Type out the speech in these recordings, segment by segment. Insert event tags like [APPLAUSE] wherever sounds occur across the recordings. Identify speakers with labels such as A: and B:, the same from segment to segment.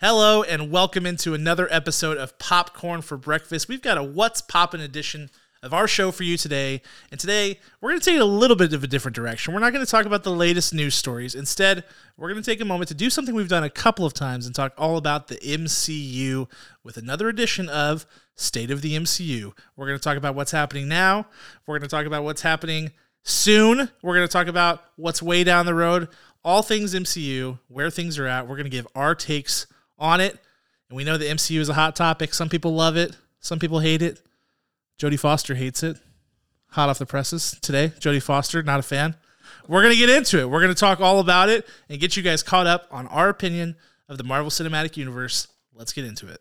A: Hello and welcome into another episode of Popcorn for Breakfast. We've got a What's Poppin' edition of our show for you today. And today, we're going to take it a little bit of a different direction. We're not going to talk about the latest news stories. Instead, we're going to take a moment to do something we've done a couple of times and talk all about the MCU with another edition of State of the MCU. We're going to talk about what's happening now. We're going to talk about what's happening soon. We're going to talk about what's way down the road, all things MCU, where things are at. We're going to give our takes on it. And we know the MCU is a hot topic. Some people love it, some people hate it. Jodie Foster hates it. Hot off the presses today. Jodie Foster, not a fan. We're going to get into it. We're going to talk all about it and get you guys caught up on our opinion of the Marvel Cinematic Universe. Let's get into it.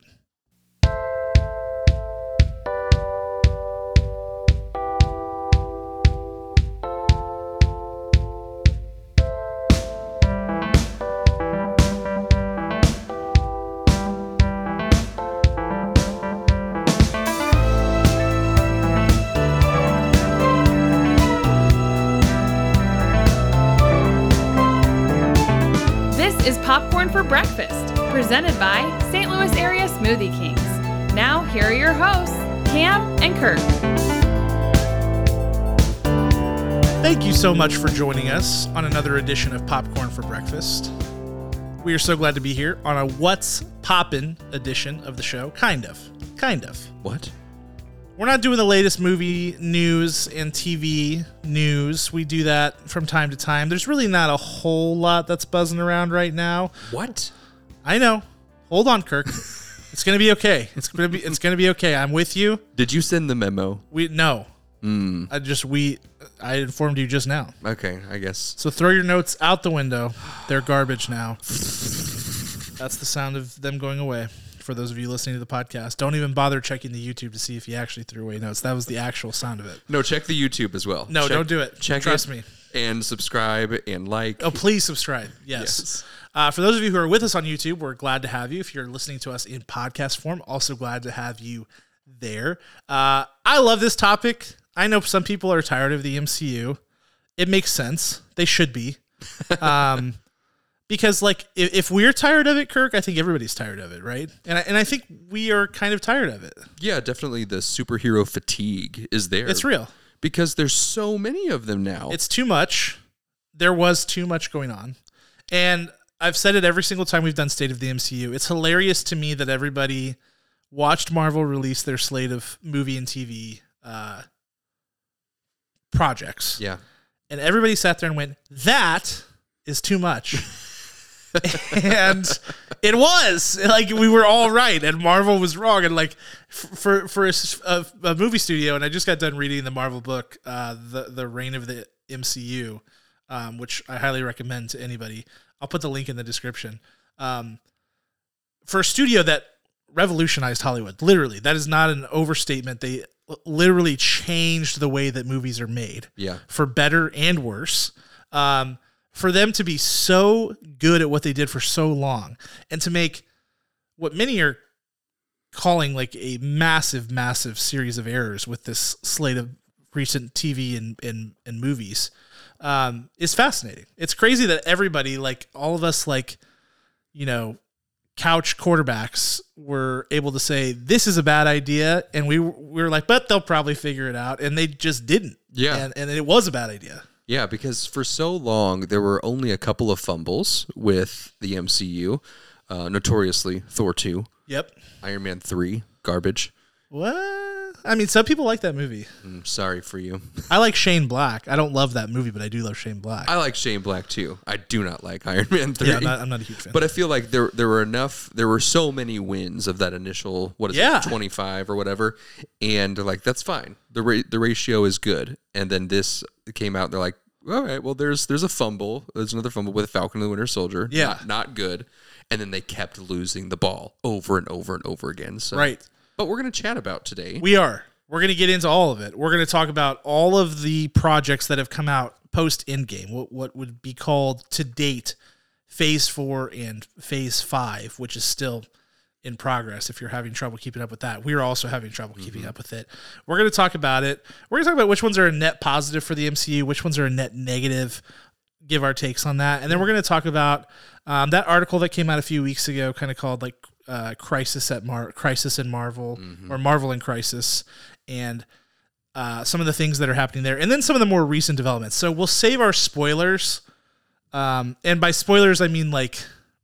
B: This is Popcorn for Breakfast, presented by St. Louis Area Smoothie Kings. Now, here are your hosts, Cam and Kirk.
A: Thank you so much for joining us on another edition of Popcorn for Breakfast. We are so glad to be here on a What's Poppin' edition of the show. Kind of. Kind of.
C: What?
A: We're not doing the latest movie news and TV news. We do that from time to time. There's really not a whole lot that's buzzing around right now.
C: What?
A: I know. Hold on, Kirk. it's gonna be okay. It's gonna be it's gonna be okay. I'm with you.
C: Did you send the memo?
A: We no. I just we I informed you just now.
C: Okay, I guess.
A: So throw your notes out the window. They're garbage now. That's the sound of them going away. For those of you listening to the podcast, don't even bother checking the YouTube to see if he actually threw away notes. That was the actual sound of it.
C: No, check the YouTube as well.
A: No,
C: Check-
A: don't do it.
C: Check
A: Trust
C: it
A: me.
C: And subscribe and like.
A: Oh, please subscribe. Yes.
C: Yes.
A: Uh, for those of you who are with us on YouTube, we're glad to have you. If you're listening to us in podcast form, also glad to have you there. Uh, I love this topic. I know some people are tired of the MCU. It makes sense. They should be. Um, because, like, if, if we're tired of it, Kirk, I think everybody's tired of it, right? And I, and I think we are kind of tired of it.
C: Yeah, definitely the superhero fatigue is there.
A: It's real.
C: Because there's so many of them now.
A: it's too much. There was too much going on. And I've said it every single time we've done State of the MCU. It's hilarious to me that everybody watched Marvel release their slate of movie and TV uh, projects.
C: yeah.
A: And everybody sat there and went, that is too much. and it was like we were all right and Marvel was wrong. And like f- for, for a, s- a- a movie studio, and I just got done reading the Marvel book, uh, the, the reign of the MCU, um, which I highly recommend to anybody. I'll put the link in the description. Um, for a studio that revolutionized Hollywood, literally, that is not an overstatement. They l- literally changed the way that movies are made
C: Yeah.
A: for better and worse. Um, for them to be so good at what they did for so long and to make what many are calling like a massive, massive series of errors with this slate of recent TV and, and, and movies um, is fascinating. It's crazy that everybody, like all of us, like, you know, couch quarterbacks were able to say this is a bad idea and we, we were like but they'll probably figure it out and they just didn't
C: Yeah.
A: and, and it was a bad idea
C: Yeah, because for so long there were only a couple of fumbles with the MCU. Uh, notoriously, Thor 2,
A: yep
C: Iron Man 3, garbage.
A: what i mean some people like that movie
C: I'm sorry for you. [LAUGHS]
A: i like shane black i don't love that movie but i do love shane black
C: I like Shane Black too. I do not like Iron Man 3.
A: yeah I'm not, I'm not a huge fan
C: But I feel like there there were enough there were so many wins of that initial what is
A: Yeah.
C: it 25 or whatever and like that's fine. The ra- the ratio is good. And then this came out and they're like all right, well there's there's a fumble. There's another fumble with Falcon and the Winter Soldier.
A: Yeah.
C: Not, not good. And then they kept losing the ball over and over and over again. So
A: right
C: But we're going to chat about today.
A: We are. We're going to get into all of it. We're going to talk about all of the projects that have come out post Endgame, what, what would be called to date Phase 4 and Phase 5, which is still in progress if you're having trouble keeping up with that. We're also having trouble keeping up with it. We're going to talk about it. We're going to talk about which ones are a net positive for the MCU, which ones are a net negative give our takes on that, and then we're going to talk about um, that article that came out a few weeks ago, kind of called like uh, "Crisis at Mar- Crisis in Marvel" or "Marvel in Crisis," and uh, some of the things that are happening there, and then some of the more recent developments. So we'll save our spoilers, um, and by spoilers I mean like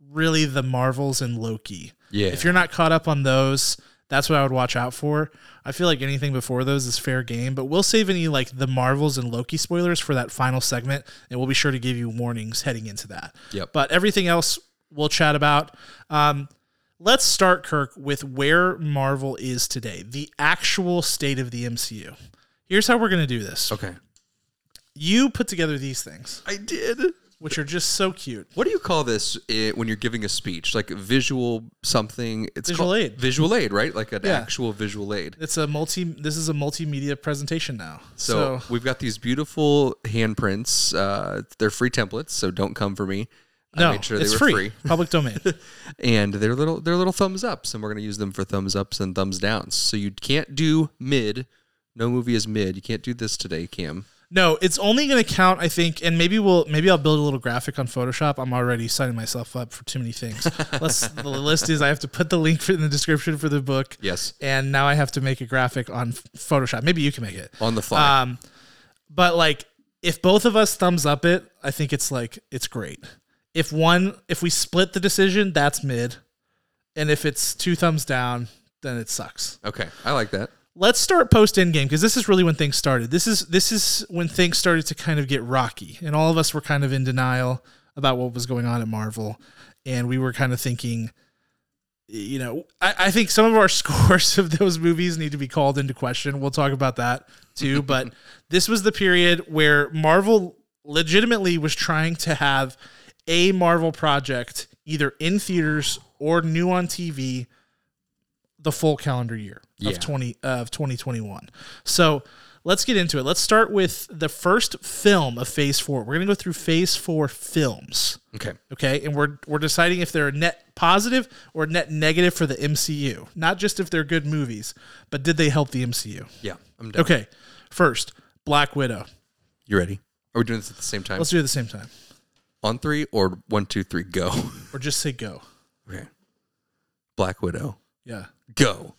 A: really the Marvels and Loki.
C: Yeah.
A: If you're not caught up on those, that's what I would watch out for. I feel like anything before those is fair game, but we'll save any like the Marvels and Loki spoilers for that final segment, and we'll be sure to give you warnings heading into that.
C: Yep.
A: But everything else we'll chat about. Um, let's start, Kirk, with where Marvel is today, the actual state of the MCU. Here's how we're going to do this.
C: Okay.
A: You put together these things,
C: I did.
A: which are just so cute.
C: What do you call this eh, when you're giving a speech? Like visual something? It's
A: Visual
C: called,
A: aid.
C: Visual aid, right? Like an
A: Yeah.
C: actual visual aid.
A: It's a multi. This is a multimedia presentation now.
C: So,
A: So,
C: we've got these beautiful handprints. Uh, they're free templates, so don't come for me.
A: no,
C: I made sure they
A: it's
C: were
A: free.
C: free.
A: [LAUGHS] Public domain.
C: [LAUGHS] and they're little they're little thumbs ups, and we're gonna use them for thumbs ups and thumbs downs. So you can't do mid. No movie is mid. You can't do this today, Cam.
A: No, it's only going to count, I think, and maybe we'll maybe I'll build a little graphic on Photoshop. I'm already signing myself up for too many
C: [LAUGHS]
A: things. Let's, the list is I have to put the link for, in the description for the book,
C: Yes,
A: and now I have to make a graphic on Photoshop. Maybe you can make it.
C: on the fly.
A: Um, but like, if both of us thumbs up it, I think it's like it's great. If one, if we split the decision, that's mid, and if it's two thumbs down, then it sucks
C: okay, I like that.
A: let's start post end game because this is really when things started. This is this is when things started to kind of get rocky, and all of us were kind of in denial about what was going on at Marvel, and we were kind of thinking, you know, I, I think some of our [LAUGHS] scores of those movies need to be called into question. We'll talk about that too, but this was the period where Marvel legitimately was trying to have a Marvel project either in theaters or new on TV the full calendar year
C: Yeah.
A: of 20 of 2021. So let's get into it. Let's start with the first film of phase 4. We're going to go through phase 4 films,
C: Okay,
A: okay? And we're we're deciding if they're net positive or net negative for the MCU, not just if they're good movies, but did they help the MCU?
C: yeah, I'm done.
A: Okay. First, Black Widow.
C: You ready? Are we doing this at the same time?
A: Let's do it at the same time.
C: on three or one, two, three, go. [LAUGHS]
A: Or just say go.
C: okay. Black Widow,
A: Yeah.
C: go.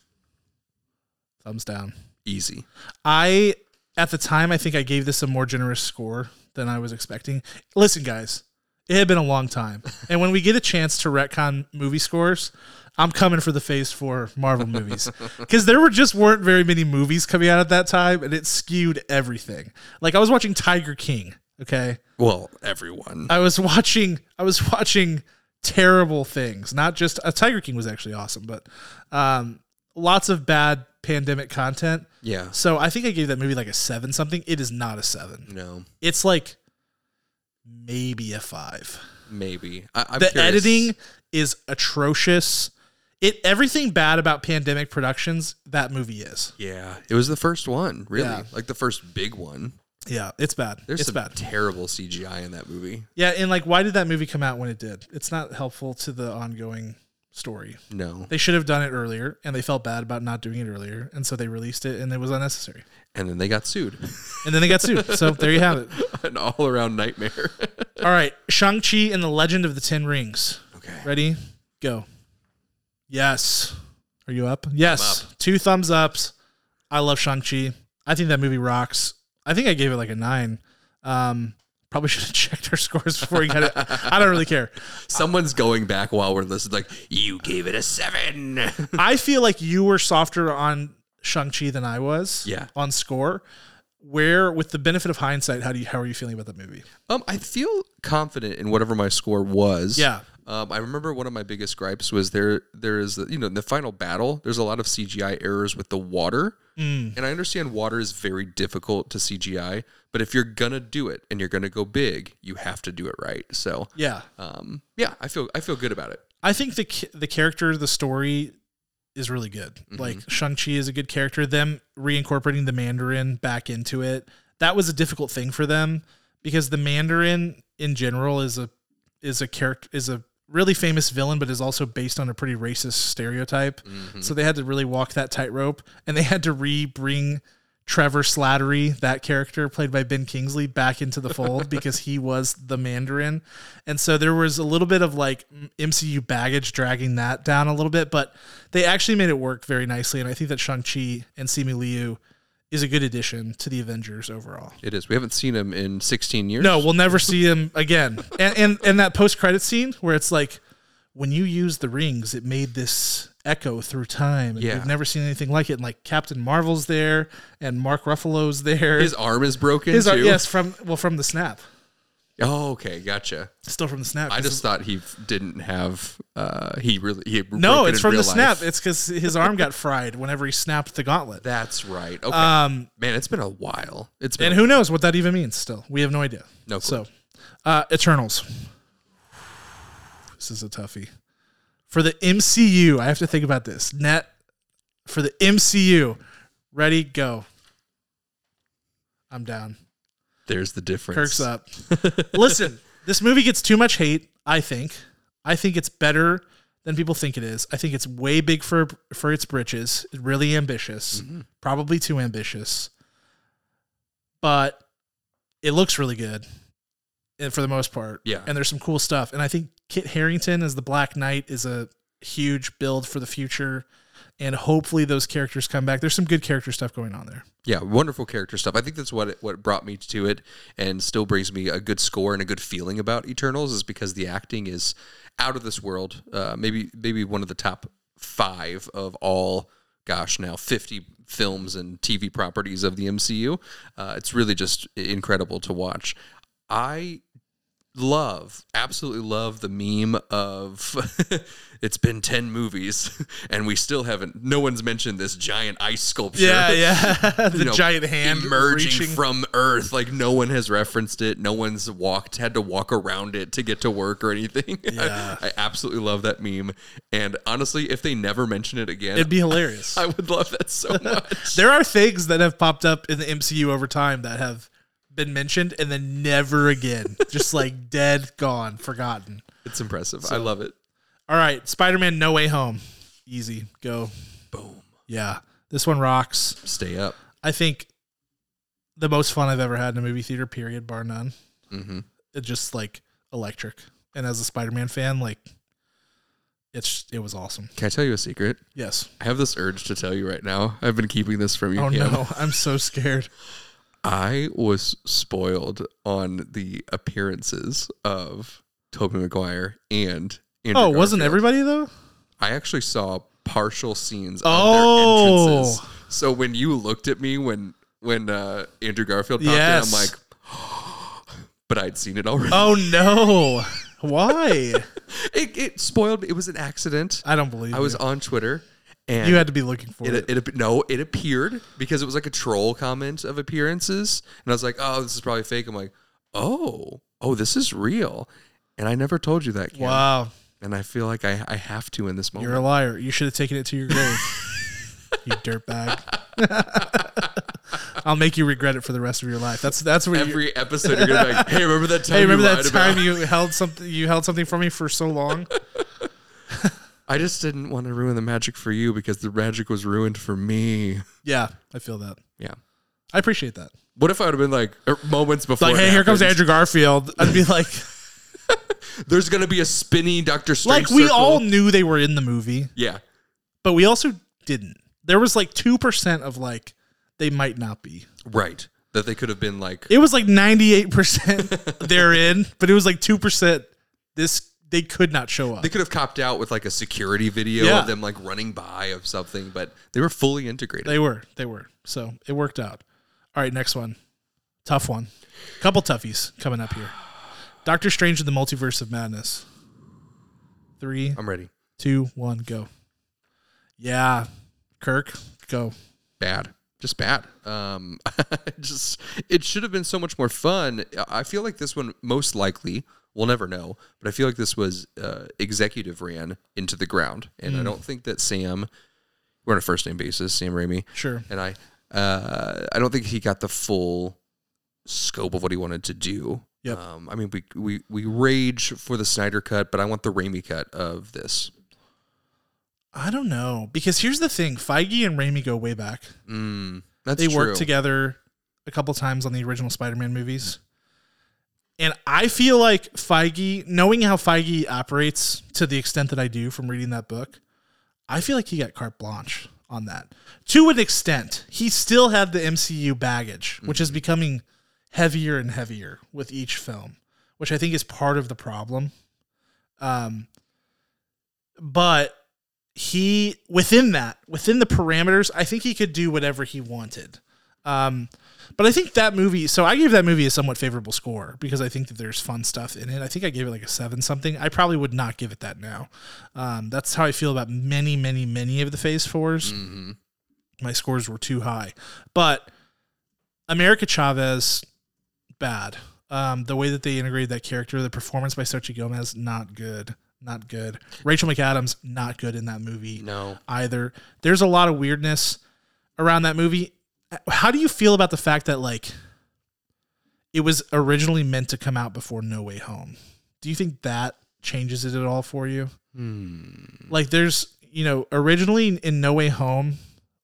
A: Thumbs down.
C: Easy.
A: I at the time I think I gave this a more generous score than I was expecting. Listen, guys, it had been a long time, and when we get a chance to retcon movie scores, I'm coming for the Phase Four Marvel movies because there were just weren't very many movies coming out at that time, and it skewed everything. Like I was watching Tiger King. Okay,
C: Well, everyone.
A: I was watching. I was watching terrible things. Not just uh, Tiger King was actually awesome, but um, lots of bad pandemic content.
C: yeah.
A: So I think I gave that movie like a seven something. It is not a seven.
C: No.
A: It's like maybe a five.
C: Maybe. I, I'm
A: the
C: curious.
A: editing is atrocious. It everything bad about pandemic productions that movie is.
C: Yeah, it was the first one, really,
A: Yeah.
C: like the first big one.
A: Yeah, it's bad.
C: There's
A: it's
C: some
A: bad.
C: terrible CGI in that movie.
A: yeah, and like, why did that movie come out when it did? It's not helpful to the ongoing story.
C: No,
A: They should have done it earlier, and they felt bad about not doing it earlier, and so they released it, and it was unnecessary.
C: and then they got sued. [LAUGHS]
A: And then they got sued. so there you have it.
C: An
A: [LAUGHS]
C: all-around nightmare.
A: All right, Shang Chi and the Legend of the Ten Rings.
C: okay.
A: Ready? Go. Yes. Are you up? Yes. Two thumbs ups. I love Shang-Chi. I think that movie rocks. I think I gave it like a nine. Um, probably [LAUGHS] should have checked our scores before we got it. I don't really care.
C: Someone's going back while we're listening. Like you gave it
A: [LAUGHS]
C: a seven.
A: I feel like you were softer on Shang-Chi than I was
C: Yeah.
A: on score. Where, with the benefit of hindsight, how do you how are you feeling about that movie?
C: um, I feel confident in whatever my score was.
A: Yeah.
C: Um, I remember one of my biggest gripes was there. There is, you know, in the final battle. There's a lot of CGI errors with the water,
A: Mm.
C: and I understand water is very difficult to CGI. But if you're gonna do it and you're gonna go big, you have to do it right. So,
A: Yeah,
C: um, yeah, I feel I feel good about it.
A: I think the ca- the character, the story is really good. Like Shang Chi is a good character. Them reincorporating the Mandarin back into it that was a difficult thing for them because the Mandarin in general is a is a character is a really famous villain, but is also based on a pretty racist stereotype. So they had to really walk that tightrope, and they had to re bring Trevor Slattery, that character played by Ben Kingsley, back into the fold because he was the Mandarin. And so there was a little bit of like MCU baggage dragging that down a little bit, but they actually made it work very nicely. And I think that Shang-Chi and Simu Liu is a good addition to the Avengers overall.
C: It is. We haven't seen him in 16 years.
A: No, we'll never see him again. And and, and that post credit scene where it's like, when you use the rings, it made this echo through time. And
C: Yeah.
A: We've never seen anything like it. And like Captain Marvel's there and Mark Ruffalo's there.
C: His arm is broken
A: His
C: too.
A: ar- yes, from well, from the snap.
C: Oh, okay, gotcha.
A: Still from the snap.
C: I
A: 'cause
C: just thought he f- didn't have. Uh, he really. He broke
A: No,
C: it
A: it's
C: in
A: from the
C: real
A: snap.
C: life.
A: It's because his arm got fried whenever he snapped the gauntlet.
C: That's right. Okay,
A: Um,
C: man, it's been a while. It's
A: and
C: been a-
A: who knows what that even means? Still, we have no idea.
C: No clue.
A: So, uh, Eternals. This is a toughie. For the MCU, I have to think about this. Net for the MCU. Ready, go. I'm down.
C: there's the difference.
A: Kirk's uh, up. Listen,
C: [LAUGHS]
A: this movie gets too much hate, I think. I think it's better than people think it is. I think it's way big for for its britches. Really ambitious.
C: Mm-hmm.
A: Probably too ambitious. But it looks really good. And for the most part.
C: Yeah.
A: And there's some cool stuff. And I think Kit Harrington as the Black Knight is a huge build for the future. And hopefully those characters come back. There's some good character stuff going on there.
C: Yeah, wonderful character stuff. I think that's what it, what brought me to it, and still brings me a good score and a good feeling about Eternals is because the acting is out of this world. Uh, maybe maybe one of the top five of all, gosh, now fifty films and TV properties of the MCU. Uh, it's really just incredible to watch. I love, absolutely love the meme of [LAUGHS] it's been 10 movies [LAUGHS] and we still haven't, no one's mentioned this giant ice sculpture.
A: yeah. [LAUGHS] the
C: [LAUGHS] you know,
A: giant hand
C: emerging
A: reaching
C: from Earth. Like no one has referenced it. No one's walked, had to walk around it to get to work or anything. [LAUGHS]
A: Yeah.
C: I, absolutely love that meme. And honestly, if they never mention it again,
A: It'd be hilarious.
C: [LAUGHS] I would love
A: [LAUGHS]
C: that so much.
A: there are things that have popped up in the MCU over time that have been mentioned and then never again. [LAUGHS] Just like dead, gone, forgotten.
C: it's impressive. I love it.
A: All right, Spider Man No Way Home. Easy. Go.
C: Boom.
A: Yeah. This one rocks.
C: Stay up.
A: I think the most fun I've ever had in a movie theater, period, bar none.
C: hmm
A: It just like electric. And as a Spider Man fan, like it's it was awesome.
C: Can I tell you a secret?
A: Yes.
C: I have this urge to tell you right now. I've been keeping this from you.
A: Oh
C: Cam.
A: no, I'm so scared.
C: I was spoiled on the appearances of Toby Maguire and Andrew
A: Oh, wasn't
C: Garfield.
A: everybody though?
C: I actually saw partial scenes
A: Oh.
C: of their entrances. So when you looked at me when when uh, Andrew Garfield popped
A: Yes.
C: in, I'm like, [GASPS] but I'd seen it already.
A: Oh no. Why?
C: It, it spoiled me. It was an accident.
A: I don't believe
C: I was
A: you.
C: on Twitter, and
A: You had to be looking for
C: it,
A: it.
C: it, ap- no, it appeared because it was like a troll comment of appearances, and I was like, "Oh, this is probably fake." I'm like, "Oh, oh, this is real," and I never told you that. Cam.
A: Wow,
C: And I feel like I, I have to in this moment.
A: you're a liar. You should have taken it to your grave.
C: [LAUGHS]
A: you dirtbag. I'll make you regret it for the rest of your life. That's that's where you
C: Every episode, you're gonna be like, "Hey, remember that
A: [LAUGHS]
C: time?
A: Hey, remember
C: you
A: that
C: lied
A: time
C: about-"
A: you held something you held something from me for so
C: [LAUGHS]
A: long?
C: I just didn't want to ruin the magic for you because the magic was ruined for me.
A: yeah, I feel that.
C: Yeah.
A: I appreciate that.
C: What if I would have been like er, moments before?
A: Like,
C: it
A: hey, here comes
C: happened,
A: Andrew Garfield. I'd be
C: [LAUGHS]
A: like
C: There's gonna be a spinny Doctor Strange.
A: like we
C: circle.
A: all knew they were in the movie,
C: Yeah.
A: but we also didn't. There was like 2% of like they might not be.
C: Right. That they could have been like.
A: It was like
C: [LAUGHS]
A: 98% they're in, but it was like 2% this they could not show up.
C: They could have copped out with like a security video
A: Yeah.
C: of them like running by of something, but they were fully integrated.
A: They were. They were. So it worked out. All right, next one. Tough one. Couple toughies coming up here. Doctor Strange in the Multiverse of Madness. Three,
C: I'm ready.
A: two, one, go. Yeah. Kirk, go.
C: Bad. Just bad. Um, [LAUGHS] just it should have been so much more fun. I feel like this one most likely we'll never know, but I feel like this was uh, executive ran into the ground, and
A: Hmm.
C: I don't think that Sam. We're on a first name basis, Sam Raimi.
A: Sure.
C: and I uh, I don't think he got the full scope of what he wanted to do.
A: Yep.
C: Um, I mean, we, we we rage for the Snyder cut, but I want the Raimi cut of this.
A: I don't know. Because here's the thing Feige and Raimi go way back.
C: Mm, That's
A: they
C: true.
A: worked together a couple times on the original Spider-Man movies. And I feel like Feige, knowing how Feige operates to the extent that I do from reading that book, I feel like he got carte blanche on that. To an extent, he still had the MCU baggage, which
C: Mm-hmm.
A: is becoming heavier and heavier with each film, which I think is part of the problem. Um, but he within that within the parameters i think he could do whatever he wanted um but i think that movie so i gave that movie a somewhat favorable score because i think that there's fun stuff in it i think i gave it like a seven something i probably would not give it that now um that's how i feel about many many many of the phase 4s
C: Mhm.
A: my scores were too high but america chavez bad um the way that they integrated that character the performance by Sergio gomez not good not good rachel mcadams not good in that movie
C: No.
A: either. There's a lot of weirdness around that movie. How do you feel about the fact that like it was originally meant to come out before No Way Home? Do you think that changes it at all for you? Like there's, you know, originally in No Way Home,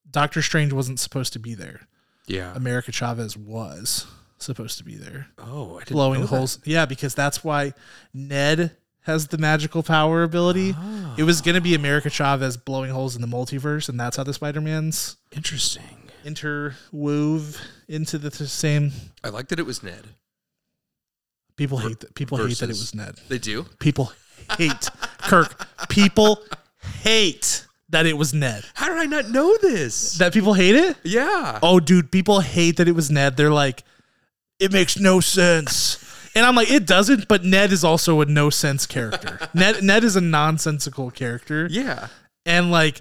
A: Doctor Strange wasn't supposed to be there.
C: Yeah.
A: America Chavez was supposed to be there
C: Oh, I didn't
A: blowing
C: know that.
A: holes. Yeah, because that's why Ned has the magical power ability. It was going to be America Chavez blowing holes in the multiverse, and that's how the Spider Man's
C: Interesting.
A: interwove into the, the same.
C: I like that it was Ned.
A: People hate that. People hate that it
C: versus-
A: was Ned.
C: They do.
A: People hate Kirk. People hate that it was Ned.
C: How did I not know this?
A: That people hate it.
C: yeah.
A: Oh, dude, people hate that it was Ned. They're like, it makes no sense. And I'm like, it doesn't, but Ned is also a no sense
C: [LAUGHS]
A: character. Ned Ned is a nonsensical character.
C: Yeah.
A: And like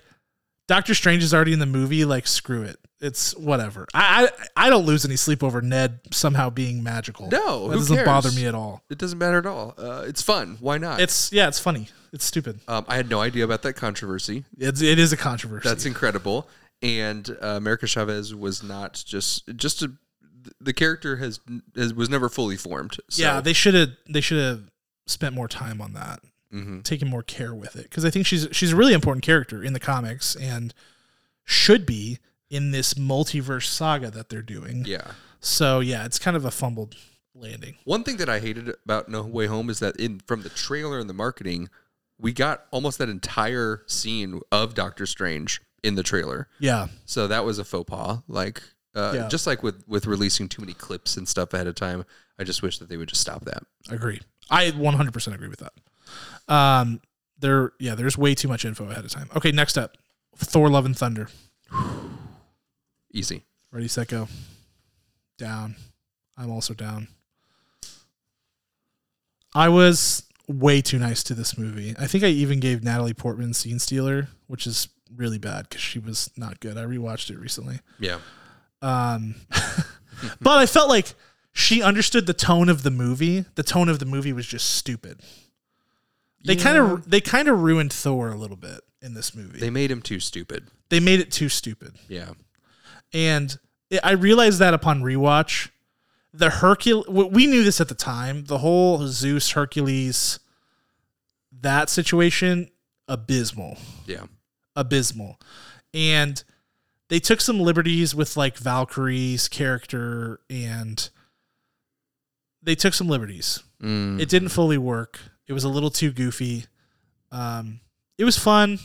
A: Doctor Strange is already in the movie, like, screw it. It's whatever. I I, I don't lose any sleep over Ned somehow being magical.
C: No,
A: That
C: who
A: doesn't bother
C: cares?
A: me at all.
C: It doesn't matter at all. Uh, it's fun. Why not?
A: It's yeah, it's funny. It's stupid.
C: um, I had no idea about that controversy.
A: It's it is a controversy.
C: That's incredible. And uh, America Chavez was not just just a, the character has, has was never fully formed. So,
A: Yeah, they should have they should have spent more time on that.
C: Mhm.
A: taking more care with it because I think she's she's a really important character in the comics and should be in this multiverse saga that they're doing.
C: yeah.
A: So yeah, it's kind of a fumbled landing.
C: One thing that I hated about No Way Home is that in from the trailer and the marketing, we got almost that entire scene of Doctor Strange in the trailer.
A: Yeah,
C: So that was a faux pas. Like uh,
A: Yeah.
C: just like with with releasing too many clips and stuff ahead of time. I just wish that they would just stop that.
A: agree. I 100% agree with that. Um, there yeah, there's way too much info ahead of time. Okay, next up, Thor: Love and Thunder.
C: Easy.
A: Ready, set, go. Down. I'm also down. I was way too nice to this movie. I think I even gave Natalie Portman Scene Stealer, which is really bad because she was not good. I rewatched it recently.
C: Yeah.
A: Um, but I felt like she understood the tone of the movie. The tone of the movie was just stupid. They kind of they kind of ruined Thor a little bit in this movie.
C: They made him too stupid.
A: they made it too stupid.
C: Yeah.
A: and it, I realized that upon rewatch, the Hercules. We knew this at the time. The whole Zeus Hercules, that situation, abysmal,
C: Yeah.
A: abysmal, and they took some liberties with like Valkyrie's character, and they took some liberties.
C: Mm.
A: It didn't fully work. It was a little too goofy. Um, it was fun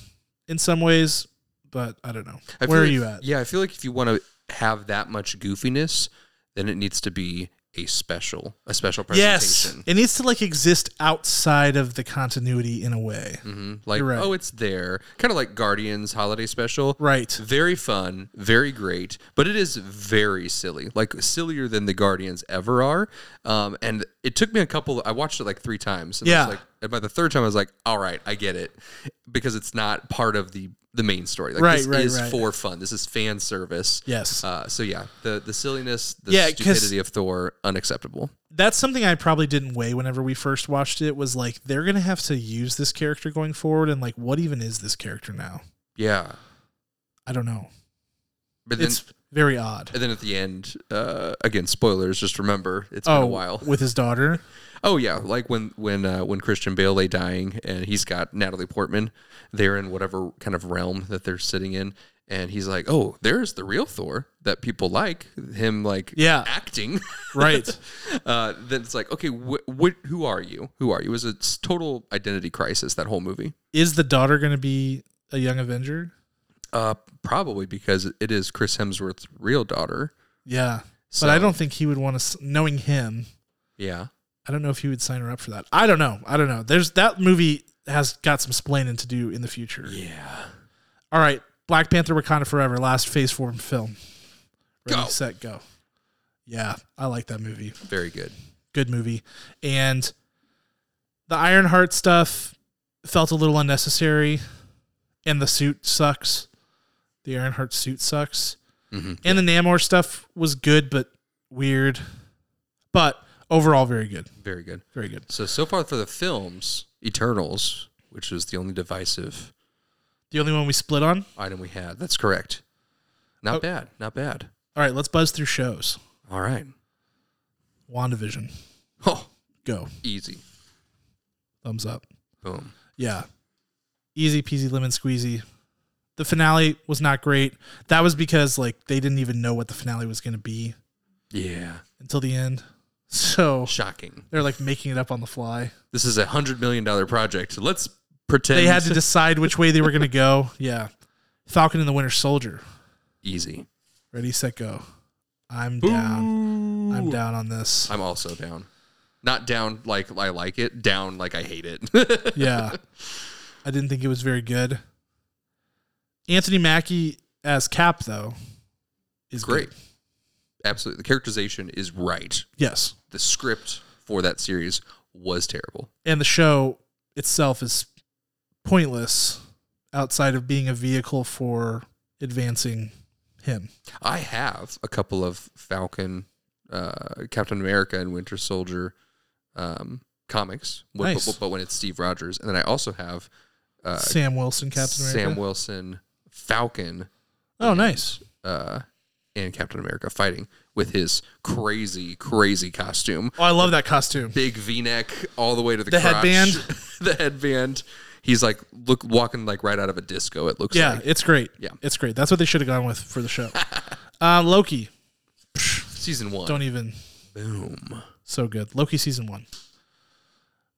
A: in some ways, but I don't know.
C: I feel
A: Where are
C: like-
A: you at?
C: Yeah, I feel like if you want to have that much goofiness, then it needs to be a special, a special
A: Yes,
C: presentation.
A: it needs to like exist outside of the continuity in a way,
C: hmm Like,
A: You're right.
C: oh, it's there. Kind of like Guardians holiday special.
A: right?
C: Very fun, very great, but it is very silly, like sillier than the Guardians ever are. Um, and it took me a couple. I watched it like three times. And I
A: Yeah.
C: was like, and by the third time, I was like, all right, I get it, because it's not part of the the main story. Like,
A: Right,
C: this
A: right,
C: is
A: right.
C: for fun. This is fan service.
A: Yes,
C: Uh, so yeah, the the silliness, the
A: Yeah, 'cause-
C: stupidity of Thor, unacceptable.
A: that's something I probably didn't weigh whenever we first watched it. Was like they're gonna have to use this character going forward, and like what even is this character now?
C: Yeah,
A: I don't know.
C: But then,
A: It's very odd.
C: and then at the end, uh, again, spoilers. Just remember, it's been
A: Oh,
C: a while.
A: with his
C: [LAUGHS]
A: daughter.
C: Oh yeah, like when when uh, when Christian Bale lay dying, and he's got Natalie Portman there in whatever kind of realm that they're sitting in, and he's like, "Oh, there's the real Thor that people like him, like
A: Yeah.
C: acting." [LAUGHS]
A: Right.
C: uh, then it's like, okay, wh- wh- who are you? Who are you? It was a s- total identity crisis that whole movie.
A: Is the daughter going to be a young Avenger?
C: Uh, probably because it is Chris Hemsworth's real daughter.
A: Yeah.
C: So,
A: But I don't think he would want to, knowing him,
C: Yeah.
A: I don't know if he would sign her up for that. I don't know. I don't know. There's that movie has got some splaining to do in the future.
C: Yeah.
A: All right. Black Panther Wakanda Forever, last phase form film. Ready,
C: Go.
A: set, go. Yeah. I like that movie.
C: Very good.
A: Good movie. And the Ironheart stuff felt a little unnecessary. And the suit sucks. The Ironheart suit sucks.
C: Mhm.
A: And the Namor stuff was good, but weird. But overall, very good.
C: Very good.
A: Very good.
C: So so far for the films, Eternals, which was the only divisive
A: The only one we split on.
C: item we had. That's correct. Not
A: Oh.
C: bad. Not bad.
A: All right, let's buzz through shows.
C: All right.
A: WandaVision.
C: Oh,
A: Go.
C: easy.
A: Thumbs up.
C: Boom.
A: Yeah. Easy peasy lemon squeezy. The finale was not great. That was because like they didn't even know what the finale was going to be
C: Yeah.
A: until the end. [LAUGHS] So
C: Shocking.
A: they're like making it up on the fly.
C: This is a hundred million dollar project. Let's pretend
A: They
C: [LAUGHS]
A: had to decide which way they were going to go. Yeah. Falcon and the Winter Soldier.
C: easy.
A: Ready, set, go. I'm down. I'm down on this.
C: I'm also down. Not down like I like it. Down like I hate it. [LAUGHS]
A: Yeah. I didn't think it was very good. Anthony Mackie as Cap though is good.
C: Great. Absolutely. The characterization is right.
A: Yes.
C: The script for that series was terrible.
A: and the show itself is pointless outside of being a vehicle for advancing him.
C: I have a couple of Falcon, uh, Captain America, and Winter Soldier um, comics, but-
A: Nice.
C: but, but when it's Steve Rogers, and then I also have uh,
A: Sam Wilson, Captain America.
C: Sam Wilson, Falcon,
A: oh, nice.
C: uh, and Captain America fighting with his crazy, crazy costume,
A: Oh, I love that costume.
C: big V-neck all the way to the,
A: The
C: crotch.
A: headband.
C: [LAUGHS] the headband. He's like look walking like right out of a disco. It looks
A: Yeah,
C: like
A: it's great.
C: Yeah.
A: It's great. That's what they should have gone with for the
C: [LAUGHS]
A: show. uh, Loki,
C: season one.
A: don't even.
C: Boom.
A: So good. Loki season one.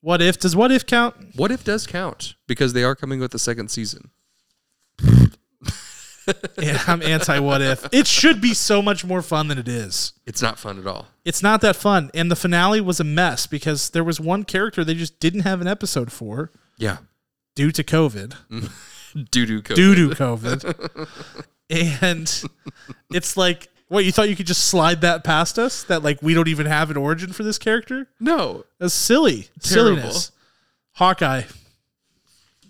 A: What if? Does what if count? [LAUGHS]
C: What if does count because they are coming with the second season.
A: Yeah, I'm anti what if. It should be so much more fun than it is.
C: It's not fun at all.
A: It's not that fun. And the finale was a mess because there was one character they just didn't have an episode for.
C: Yeah.
A: due to COVID,
C: Doo doo code.
A: due to COVID. and it's like, what, you thought you could just slide that past us? That, like, we don't even have an origin for this character?
C: No.
A: That's silly.
C: Terrible.
A: Silliness. Hawkeye.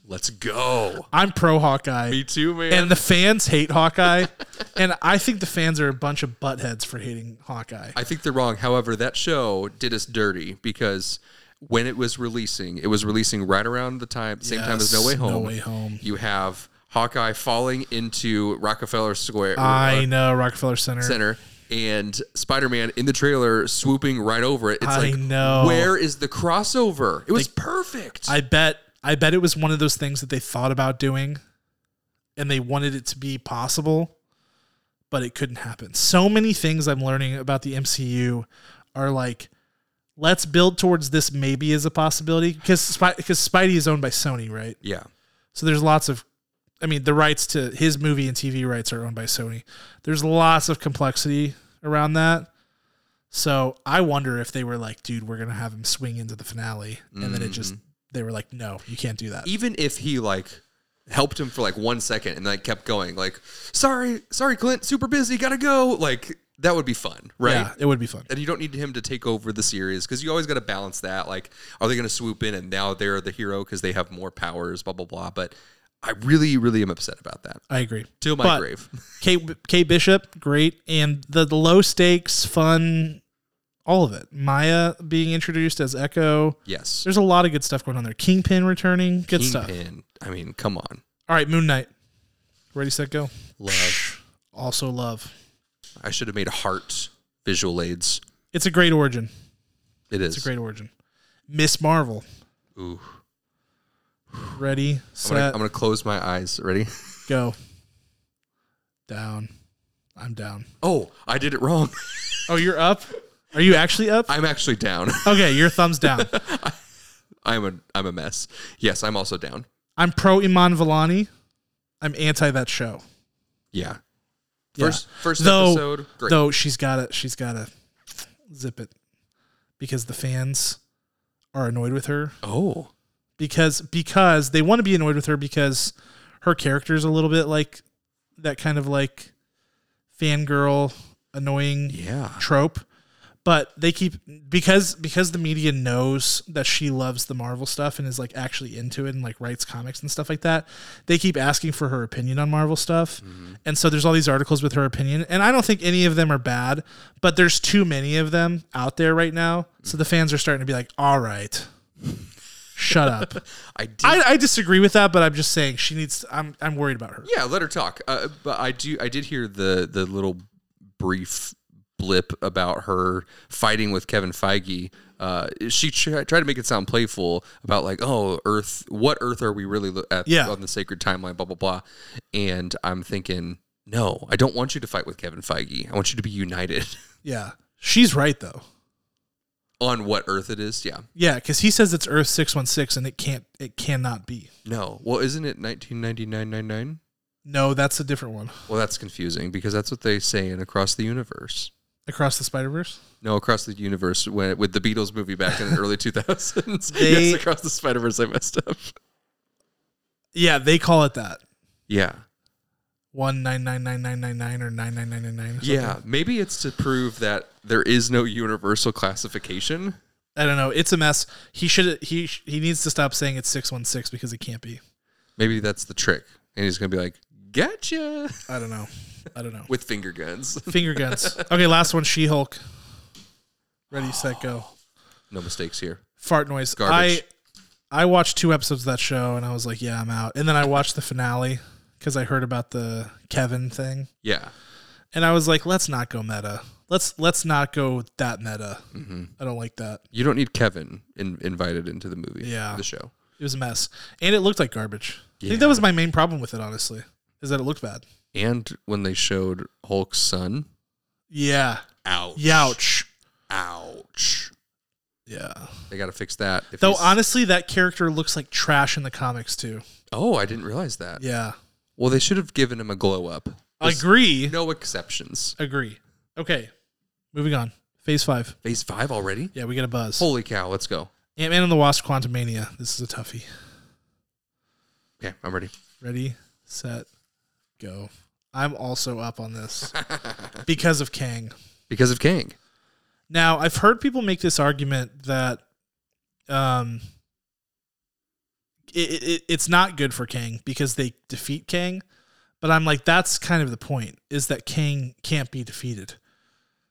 C: Let's go.
A: I'm pro Hawkeye.
C: Me too, man.
A: And the fans hate Hawkeye. and I think the fans are a bunch of buttheads for hating Hawkeye.
C: I think they're wrong. However, that show did us dirty because when it was releasing, it was releasing right around the time, same time as No Way
A: Yes,
C: Home.
A: No Way Home.
C: You have Hawkeye falling into Rockefeller Square uh,
A: I know, Rockefeller Center.
C: Center and Spider Man in the trailer swooping right over it. It's
A: I
C: like,
A: know.
C: where is the crossover? It was perfect.
A: I bet I bet it was one of those things that they thought about doing and they wanted it to be possible, but it couldn't happen. So many things I'm learning about the MCU are like let's build towards this maybe is a possibility because because Spidey is owned by Sony, right?
C: yeah.
A: So there's lots of I mean, the rights to his movie and TV rights are owned by Sony. There's lots of complexity around that. So I wonder if they were like, dude, we're going to have him swing into the finale. And then it just,
C: Mm-hmm.
A: they were like, no, you can't do that.
C: even if he like helped him for like one second and like kept going like sorry sorry clint super busy gotta go like that would be fun right
A: Yeah, it would be fun.
C: and you don't need him to take over the series because you always got to balance that like are they going to swoop in and now they're the hero because they have more powers blah blah blah but i really really am upset about that
A: I agree.
C: till my
A: But
C: grave [LAUGHS]
A: Kate, Kate Bishop, great. And the, the low stakes, fun, all of it. Maya being introduced as Echo.
C: yes
A: There's a lot of good stuff going on there. Kingpin returning, good stuff.
C: Kingpin. i mean come on
A: All right, Moon Knight. Ready, set, go.
C: love
A: also love.
C: I should have made heart visual aids.
A: It's a great origin.
C: It is.
A: It's a great origin. Miss Marvel.
C: Ooh.
A: Ready,
C: I'm gonna,
A: set,
C: I'm gonna close my eyes. Ready? [LAUGHS]
A: go. Down. I'm down.
C: Oh, I did it wrong.
A: Oh, you're up? Are you actually up?
C: I'm actually down. [LAUGHS]
A: Okay, your thumb's down.
C: I'm a I'm a mess. Yes, I'm also down.
A: I'm pro Iman Vellani. I'm anti that show.
C: Yeah.
A: Yeah.
C: First first
A: Though-
C: episode. Great.
A: Though she's gotta she's gotta zip it. Because the fans are annoyed with her.
C: oh.
A: Because because they want to be annoyed with her because her character's a little bit like that kind of like fangirl annoying
C: Yeah.
A: trope but they keep because because the media knows that she loves the marvel stuff and is like actually into it and like writes comics and stuff like that they keep asking for her opinion on marvel stuff and so there's all these articles with her opinion and i don't think any of them are bad but there's too many of them out there right now so the fans are starting to be like all right shut up
C: I did.
A: I, I disagree with that but i'm just saying she needs i'm, I'm worried about her
C: yeah, let her talk. Uh, but I do. I did hear the the little brief blip about her fighting with Kevin Feige. Uh, she tri- tried to make it sound playful about like, oh, Earth. What Earth are we really lo- at
A: Yeah.
C: on the sacred timeline? Blah blah blah. And I'm thinking, no, I don't want you to fight with Kevin Feige. I want you to be united [LAUGHS]
A: yeah she's right though
C: on what Earth it is. Yeah.
A: yeah because he says it's earth 616 and it can't it cannot be
C: No. Well, isn't it 1999.99?
A: No, that's a different one.
C: Well, that's confusing because that's what they say in Across the Universe.
A: Across the Spider Verse.
C: No, across the universe when, with the Beatles movie back in the early [LAUGHS] 2000s.
A: They-
C: yes, across the Spider Verse, I messed up.
A: Yeah, they call it that.
C: Yeah,
A: One nine nine nine nine nine nine or nine nine nine nine nine.
C: yeah. Maybe it's to prove that there is no universal classification.
A: I don't know. It's a mess. He should. He sh- he needs to stop saying it's six one six because it can't be.
C: Maybe that's the trick, and he's gonna be like, "Gotcha!" [LAUGHS]
A: I don't know. I don't know.
C: with finger guns. [LAUGHS]
A: Finger guns. Okay, last one. She Hulk. Ready, set, go.
C: no mistakes here.
A: Fart noise.
C: Garbage.
A: I I watched two episodes of that show and I was like, yeah, I'm out. And then I watched the finale because I heard about the Kevin thing.
C: Yeah,
A: and I was like, let's not go meta. Let's let's not go that meta.
C: Mm-hmm.
A: I don't like that.
C: you don't need Kevin in, invited into the movie.
A: Yeah.
C: the show.
A: It was a mess, and it looked like garbage. I think that
C: Yeah.
A: was my main problem with it, honestly, is that it looked bad.
C: And when they showed Hulk's son,
A: Yeah,
C: ouch,
A: youch.
C: ouch.
A: Yeah.
C: They got to fix that. If
A: Though
C: he's-
A: honestly, that character looks like trash in the comics too.
C: oh, I didn't realize that.
A: Yeah,
C: Well, they should have given him a glow up. There's
A: agree.
C: No exceptions.
A: Agree. Okay, moving on. Phase five.
C: Phase five already?
A: Yeah, we get a buzz.
C: Holy cow, let's go.
A: Ant Man and the Wasp: Quantumania. This is a toughie.
C: Okay, I'm ready.
A: Ready, set, go. I'm also up on
C: [LAUGHS]
A: this because of Kang.
C: Because of Kang.
A: Now, I've heard people make this argument that um, it, it, it's not good for Kang because they defeat Kang, but I'm like, that's kind of the point is that Kang can't be defeated.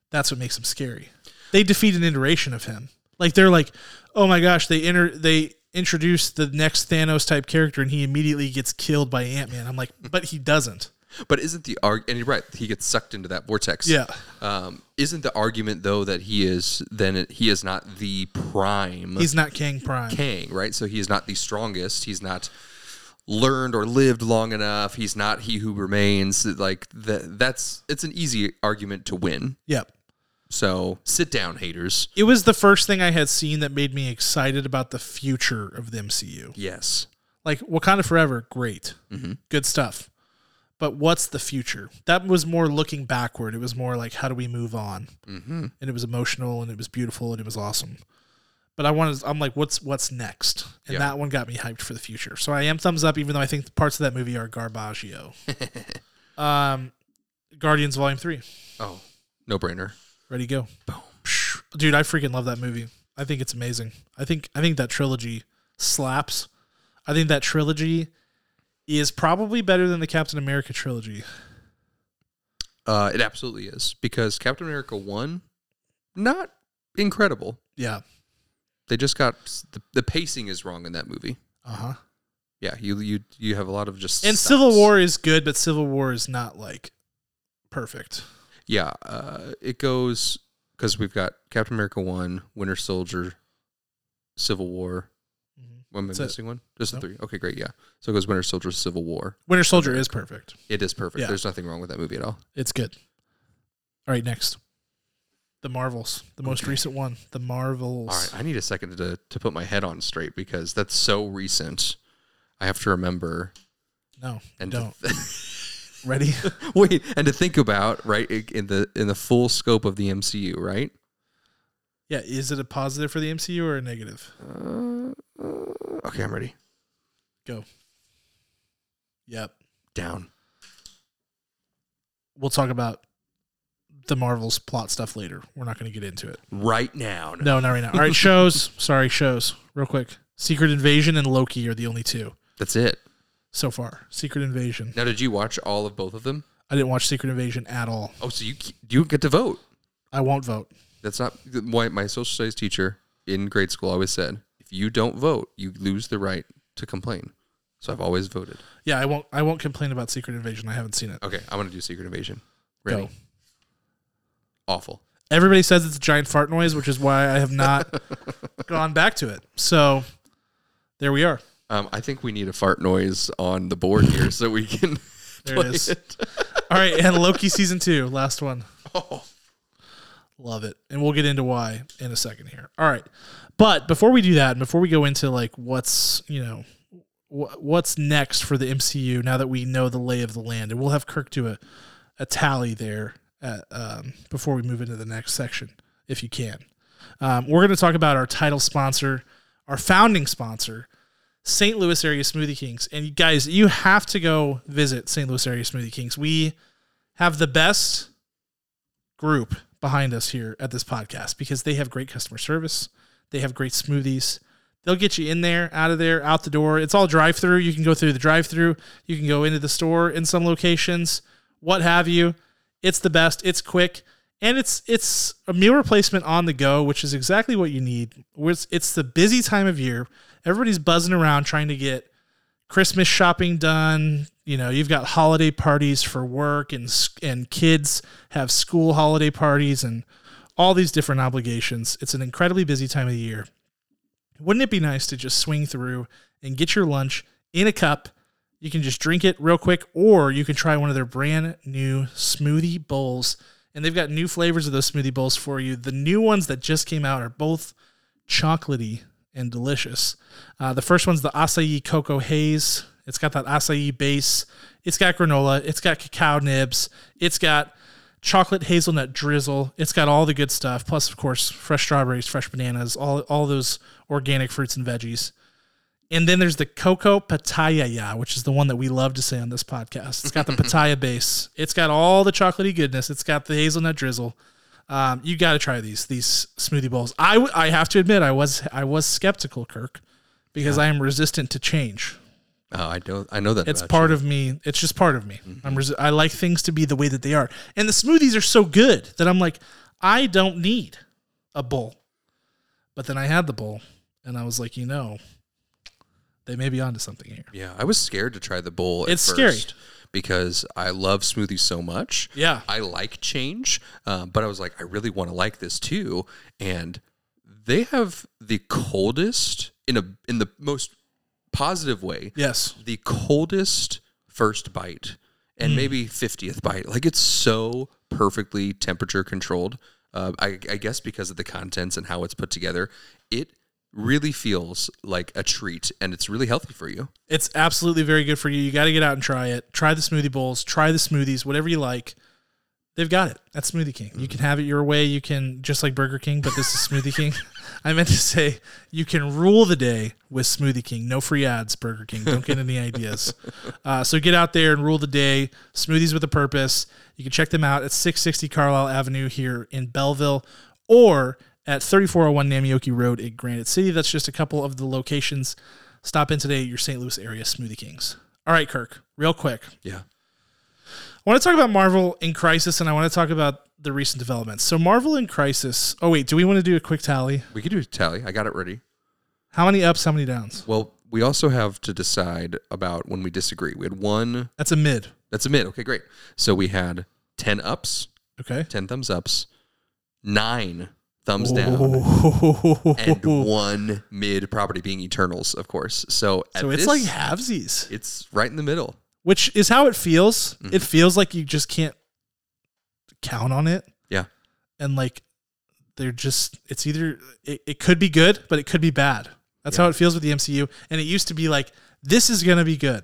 A: That's what makes him scary. They defeat an iteration of him. Like they're like, oh my gosh, they inter they introduce the next Thanos type character and he immediately gets killed by Ant Man. I'm like, but he doesn't.
C: But isn't the arg and you're right, he gets sucked into that vortex.
A: Yeah.
C: Um, isn't the argument though that he is then he is not the prime
A: He's not Kang Prime.
C: Kang, right? So he is not the strongest. He's not learned or lived long enough. He's not he who remains. Like that that's it's an easy argument to win.
A: Yep.
C: So sit down, haters.
A: it was the first thing I had seen that made me excited about the future of the MCU.
C: Yes.
A: Like Wakanda Forever, great, good stuff. But what's the future? That was more looking backward. It was more like how do we move on? Mm-hmm. And it was emotional, and it was beautiful, and it was awesome. But I wanted, I'm like, what's what's next? And
C: Yeah.
A: that one got me hyped for the future. So I am thumbs up, even though I think parts of that movie are garbaggio. um, Guardians Volume Three,
C: Oh, no brainer.
A: ready go. Psh, dude i freaking love that movie i think it's amazing i think i think that trilogy slaps i think that trilogy is probably better than the captain america trilogy
C: Uh, it absolutely is because Captain America one, not incredible.
A: yeah
C: They just got the, the pacing is wrong in that movie.
A: uh-huh
C: Yeah, you you you have a lot of just
A: and
C: stops.
A: civil war is good but civil war is not like Perfect.
C: yeah, uh, it goes because we've got Captain America one, Winter Soldier, Civil War. Am I
A: That's it.
C: missing one? Just
A: No.
C: the three. Okay, great. Yeah. So it goes Winter Soldier, Civil War.
A: Winter Soldier is perfect.
C: It is perfect.
A: Yeah.
C: There's nothing wrong with that movie at all.
A: It's good. All right, next. The Marvels, the most recent one. The Marvels.
C: All right, I need a second to to put my head on straight because that's so recent. I have to remember
A: No,
C: and to
A: don't. Ready?
C: [LAUGHS]
A: [LAUGHS]
C: wait and to think about right i- in the in the full scope of the MCU, right?
A: yeah. Is it a positive for the MCU or a negative?
C: Okay, I'm ready.
A: Go. Yep.
C: Down.
A: We'll talk about the Marvels plot stuff later. We're not going to get into it.
C: Right now.
A: No, not right now. All right, [LAUGHS] shows. Sorry, shows. Real quick. Secret Invasion and Loki are the only two
C: That's it.
A: so far. Secret Invasion.
C: Now, did you watch all of both of them?
A: I didn't watch Secret Invasion at all.
C: Oh, so you you get to vote.
A: I won't vote.
C: That's not why my social studies teacher in grade school always said, if you don't vote, you lose the right to complain. So I've always voted.
A: Yeah, I won't. I won't complain about Secret Invasion. I haven't seen it.
C: Okay, I'm gonna do Secret Invasion. Ready?
A: Go.
C: Awful.
A: Everybody says it's a giant fart noise, which is why I have not gone back to it. So there we are.
C: Um, I think we need a fart noise on the board here so we
A: [LAUGHS]
C: can.
A: There it is. All right, and Loki season two, last one.
C: Oh,
A: Love it. And we'll get into why in a second here. All right. But before we do that, and before we go into like what's, you know, wh- what's next for the MCU now that we know the lay of the land, and we'll have Kirk do a, a tally there at, um, before we move into the next section, if you can. Um, we're going to talk about our title sponsor, our founding sponsor, St. Louis Area Smoothie Kings. And you guys, you have to go visit St. Louis Area Smoothie Kings. We have the best group behind us here at this podcast because they have great customer service. They have great smoothies. They'll get you in there, out of there, out the door. It's all drive through. You can go through the drive through. You can go into the store in some locations, what have you. It's the best. It's quick. And it's it's a meal replacement on the go, which is exactly what you need. It's, it's the busy time of year. Everybody's buzzing around trying to get Christmas shopping done. You know, you've got holiday parties for work, and s- and kids have school holiday parties, and all these different obligations. It's an incredibly busy time of the year. Wouldn't it be nice to just swing through and get your lunch in a cup? You can just drink it real quick, or you can try one of their brand new smoothie bowls. And they've got new flavors of those smoothie bowls for you. The new ones that just came out are both chocolatey and delicious. Uh, the first one's the acai cocoa haze. It's got that acai base. It's got granola. It's got cacao nibs. It's got chocolate hazelnut drizzle. It's got all the good stuff. Plus, of course, fresh strawberries, fresh bananas, all all those organic fruits and veggies. And then there's the cocoa pataya, which is the one that we love to say on this podcast. It's got the pataya base. It's got all the chocolatey goodness. It's got the hazelnut drizzle. Um, you got to try these these smoothie bowls. I, w- I have to admit I was I was skeptical, Kirk, because I am resistant to change.
C: [LAUGHS] Oh, I know. I know that.
A: It's
C: about
A: part of me. It's just part of me. I'm resi- I like things to be the way that they are, and the smoothies are so good that I'm like, I don't need a bowl. But then I had the bowl, and I was like, you know, they may be onto something here.
C: you. Yeah, I was scared to try the bowl. At
A: It's
C: first
A: scary.
C: because I love smoothies so much.
A: Yeah.
C: I like change, um, but I was like, I really want to like this too. And they have the coldest in a in the most positive way.
A: Yes.
C: the coldest first bite and maybe 50th bite. Like it's so perfectly temperature controlled. Uh, I, I guess because of the contents and how it's put together, it really feels like a treat and it's really healthy for you.
A: It's absolutely very good for you. You got to get out and try it. Try the smoothie bowls, try the smoothies, whatever you like. They've got it at Smoothie King. You can have it your way. You can, just like Burger King, but this is Smoothie King. [LAUGHS] I meant to say, you can rule the day with Smoothie King. No free ads, Burger King. Don't get any ideas. Uh, so get out there and rule the day. Smoothies with a purpose. You can check them out at 660 Carlisle Avenue here in Belleville or at 3401 Namioki Road in Granite City. That's just a couple of the locations. Stop in today at your St. Louis area Smoothie Kings. All right, Kirk, real quick.
C: Yeah.
A: I want to talk about Marvel in Crisis and I want to talk about the recent developments. So, Marvel in Crisis. Oh, wait, do we want to do a quick tally?
C: We could do a tally. I got it ready.
A: How many ups, how many downs?
C: Well, we also have to decide about when we disagree. We had one
A: That's a mid.
C: that's a mid. Okay, great. So we had 10 ups,
A: Okay.
C: 10 thumbs ups, nine
A: [LAUGHS]
C: thumbs down, and
A: so
C: one mid property being Eternals, of course. So, at
A: it's
C: this,
A: like halvesies,
C: it's right in the middle.
A: which is how it feels.
C: Mm-hmm.
A: It feels like you just can't count on it.
C: Yeah.
A: And like they're just, it's either, it, it could be good, but it could be bad. That's how it feels with the MCU. And it used to be like, this is going to be good.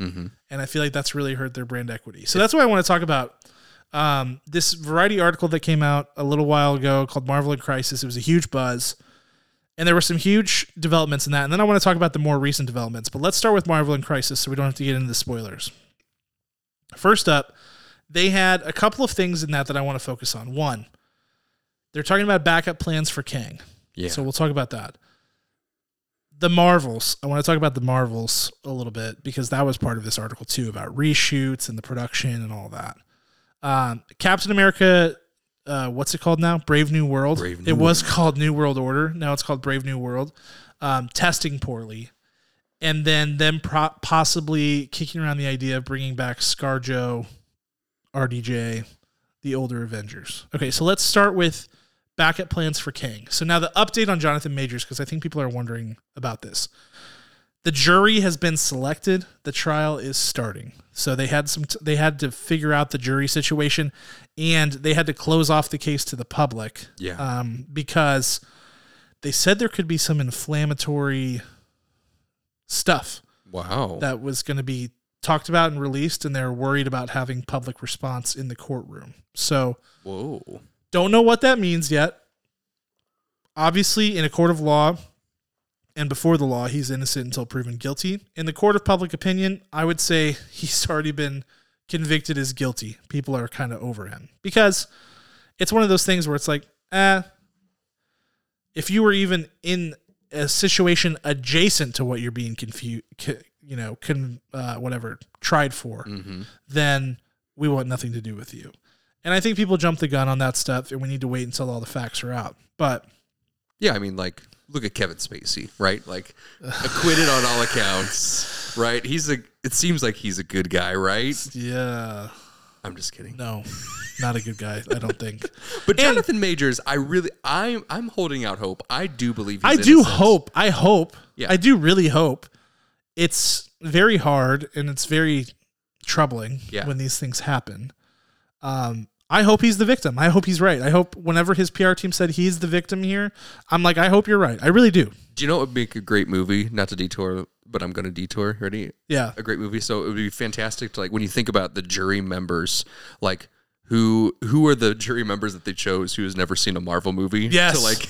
C: Mm-hmm.
A: and I feel like that's really hurt their brand equity. So that's what I want to talk about. Um, this Variety article that came out a little while ago called Marvel in Crisis. It was a huge buzz, and there were some huge developments in that. And then I want to talk about the more recent developments. But let's start with Marvel in Crisis, so we don't have to get into the spoilers. First up, they had a couple of things in that that I want to focus on. One, they're talking about backup plans for Kang.
C: Yeah.
A: So we'll talk about that. The Marvels. I want to talk about the Marvels a little bit because that was part of this article too about reshoots and the production and all that. Um, Captain America, uh, what's it called now? Brave New World.
C: Brave New
A: it was called New World Order. Now it's called Brave New World. Um, testing poorly. And then them pro- possibly kicking around the idea of bringing back ScarJo, RDJ, the older Avengers. Okay, so let's start with backup plans for Kang. So now the update on Jonathan Majors, because I think people are wondering about this. The jury has been selected. The trial is starting. So they had some. T- they had to figure out the jury situation, and they had to close off the case to the public.
C: Yeah.
A: Um, because they said there could be some inflammatory stuff
C: wow.
A: that was going to be talked about and released, and they're worried about having public response in the courtroom. So
C: Whoa.
A: don't know what that means yet. Obviously, in a court of law and before the law, he's innocent until proven guilty. In the court of public opinion, I would say [LAUGHS] he's already been convicted as guilty. People are kind of over him because it's one of those things where it's like, eh, if you were even in a situation adjacent to what you're being confused, you know, con- uh, whatever, tried for,
C: Mm-hmm.
A: then we want nothing to do with you. And I think people jump the gun on that stuff, and we need to wait until all the facts are out. But
C: Yeah, I mean, like, look at Kevin Spacey, right? Like, acquitted on all accounts, right? He's a. It seems like he's a good guy, right?
A: yeah,
C: I'm just kidding.
A: no, not a good guy. I don't
C: [LAUGHS]
A: think.
C: But
A: And-
C: Jonathan Majors, I really, I'm, I'm holding out hope. I do believe. He's
A: I do
C: innocent.
A: hope. I hope.
C: Yeah.
A: I do really hope. It's very hard and it's very troubling
C: Yeah.
A: when these things happen. Um, I hope he's the victim. I hope he's right. I hope whenever his PR team said he's the victim here, I'm like, I hope you're right. I really do.
C: Do you know what would make a great movie? Not to detour, but I'm going to detour. Ready?
A: Yeah.
C: A great movie. So it would be fantastic to like when you think about the jury members, like who who are the jury members that they chose who has never seen a Marvel movie?
A: Yes.
C: To like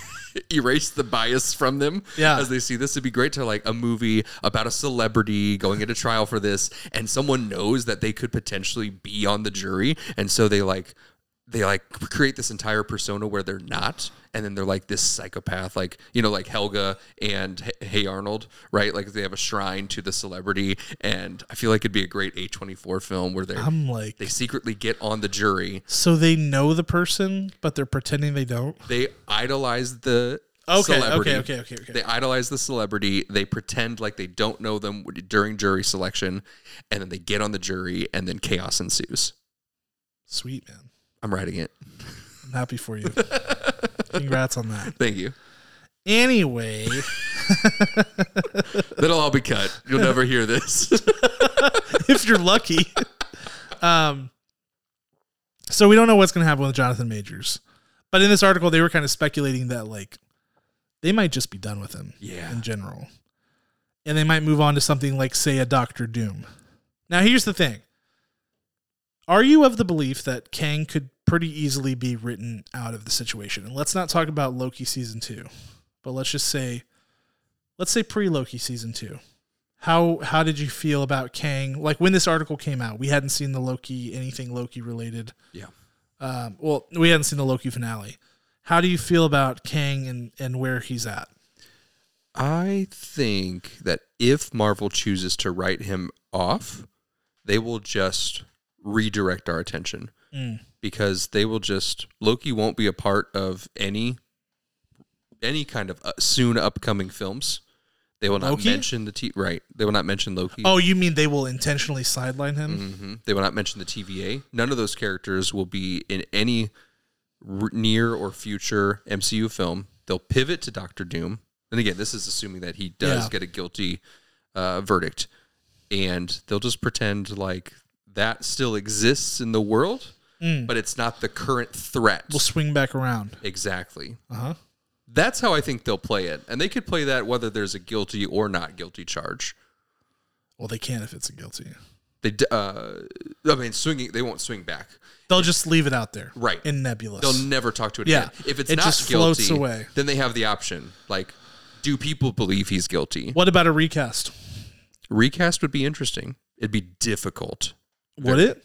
C: [LAUGHS] erase the bias from them
A: Yeah.
C: as they see this. It'd be great to like a movie about a celebrity going into trial for this, and someone knows that they could potentially be on the jury, and so they like they like create this entire persona where they're not and then they're like this psychopath like you know like helga and H- hey arnold right like they have a shrine to the celebrity and i feel like it'd be a great a24 film where they are
A: I'm like,
C: they secretly get on the jury
A: So they know the person, but they're pretending they don't.
C: they idolize the
A: Okay,
C: celebrity
A: okay, okay, okay, okay.
C: they idolize the celebrity they pretend like they don't know them during jury selection and then they get on the jury and then chaos ensues
A: Sweet man,
C: i'm writing it
A: I'm happy for [LAUGHS] you. Congrats on that.
C: thank you
A: Anyway,
C: that'll all be cut you'll never hear this
A: [LAUGHS] if you're lucky, [LAUGHS] um, so we don't know what's going to happen with Jonathan Majors, but in this article they were kind of speculating that like they might just be done with him,
C: [LAUGHS] Yeah.
A: in general, and they might move on to something like say a Doctor Doom. Now here's the thing: Are you of the belief that Kang could pretty easily be written out of the situation? And let's not talk about Loki season two, but let's just say, let's say pre Loki season two. How how did you feel about Kang? Like when this article came out, we hadn't seen the Loki anything Loki related.
C: yeah
A: Um, well, we hadn't seen the Loki finale. How do you feel about Kang and and where he's at?
C: I think that if Marvel chooses to write him off, they will just redirect our attention because they will just Loki won't be a part of any any kind of uh, soon upcoming films. They will not
A: Loki?
C: mention the T. Right. They will not mention Loki.
A: Oh, you mean they will intentionally sideline him?
C: hmm They will not mention the TVA. None of those characters will be in any r- near or future MCU film. They'll pivot to Doctor Doom. And again, this is assuming that he does
A: Yeah.
C: get a guilty uh, verdict. And they'll just pretend like that still exists in the world, but it's not the current threat.
A: Mm. We'll swing back around.
C: exactly.
A: Uh huh.
C: That's how I think they'll play it. And they could play that whether there's a guilty or not guilty charge.
A: Well, they can if it's a guilty.
C: They, d- uh, I mean, swinging, they won't swing back.
A: They'll just leave it out there,
C: Right.
A: In nebulous.
C: They'll never talk to it
A: Yeah.
C: again. If it's
A: It
C: not
A: just
C: guilty,
A: floats away.
C: then they have the option. Like, do people believe he's guilty?
A: what about a recast?
C: Recast would be interesting. It'd be difficult.
A: Would it?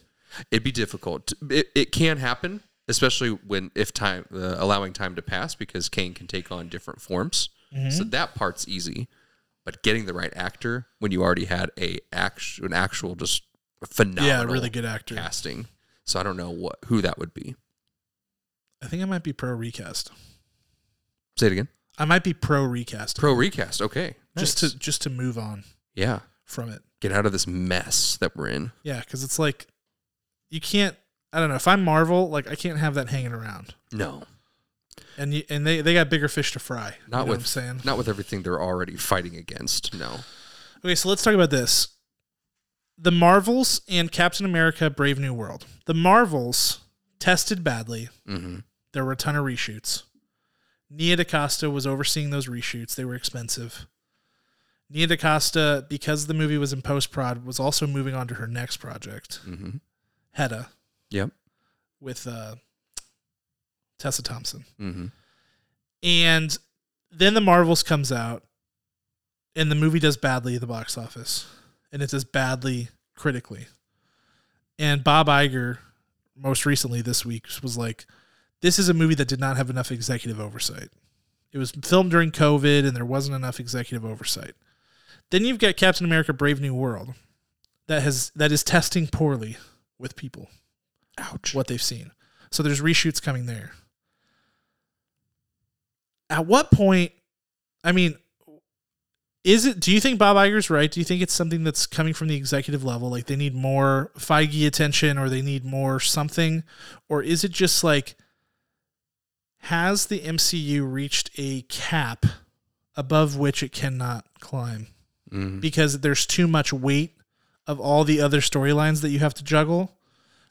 C: It'd be difficult. It, it can happen, especially when if time uh, allowing time to pass because Kane can take on different forms.
A: Mm-hmm.
C: So that part's easy. But getting the right actor when you already had a act, an actual just phenomenal
A: Yeah, a really good actor.
C: casting. So I don't know what who that would be.
A: I think I might be pro recast.
C: Say it again.
A: I might be pro recast.
C: Pro recast. Okay.
A: Just
C: Nice.
A: to just to move on
C: yeah.
A: from it.
C: get out of this mess that we're in.
A: Yeah, because it's like you can't. I don't know. If I'm Marvel, like I can't have that hanging around.
C: No,
A: And you, and they, they got bigger fish to fry. You
C: not
A: know
C: with
A: what I'm saying.
C: not with everything they're already fighting against. No,
A: Okay, so let's talk about this. The Marvels and Captain America Brave New World. The Marvels tested badly.
C: Mhm.
A: There were a ton of reshoots. Nia DaCosta was overseeing those reshoots. They were expensive. Nia DaCosta, because the movie was in post prod, was also moving on to her next project,
C: Mm-hmm.
A: Hedda,
C: Yep.
A: with uh, Tessa Thompson.
C: Mm-hmm.
A: And then the Marvels comes out, and the movie does badly at the box office, and it does badly critically. And Bob Iger, most recently this week, was like, "This is a movie that did not have enough executive oversight. It was filmed during COVID, and there wasn't enough executive oversight." Then you've got Captain America: Brave New World, that has that is testing poorly with people
C: Ouch.
A: what they've seen. So there's reshoots coming there. At what point, I mean, is it? Do you think Bob Iger's right? Do you think it's something that's coming from the executive level, like they need more Feige attention, or they need more something, or is it just like has the MCU reached a cap above which it cannot climb?
C: Mhm.
A: because there's too much weight of all the other storylines that you have to juggle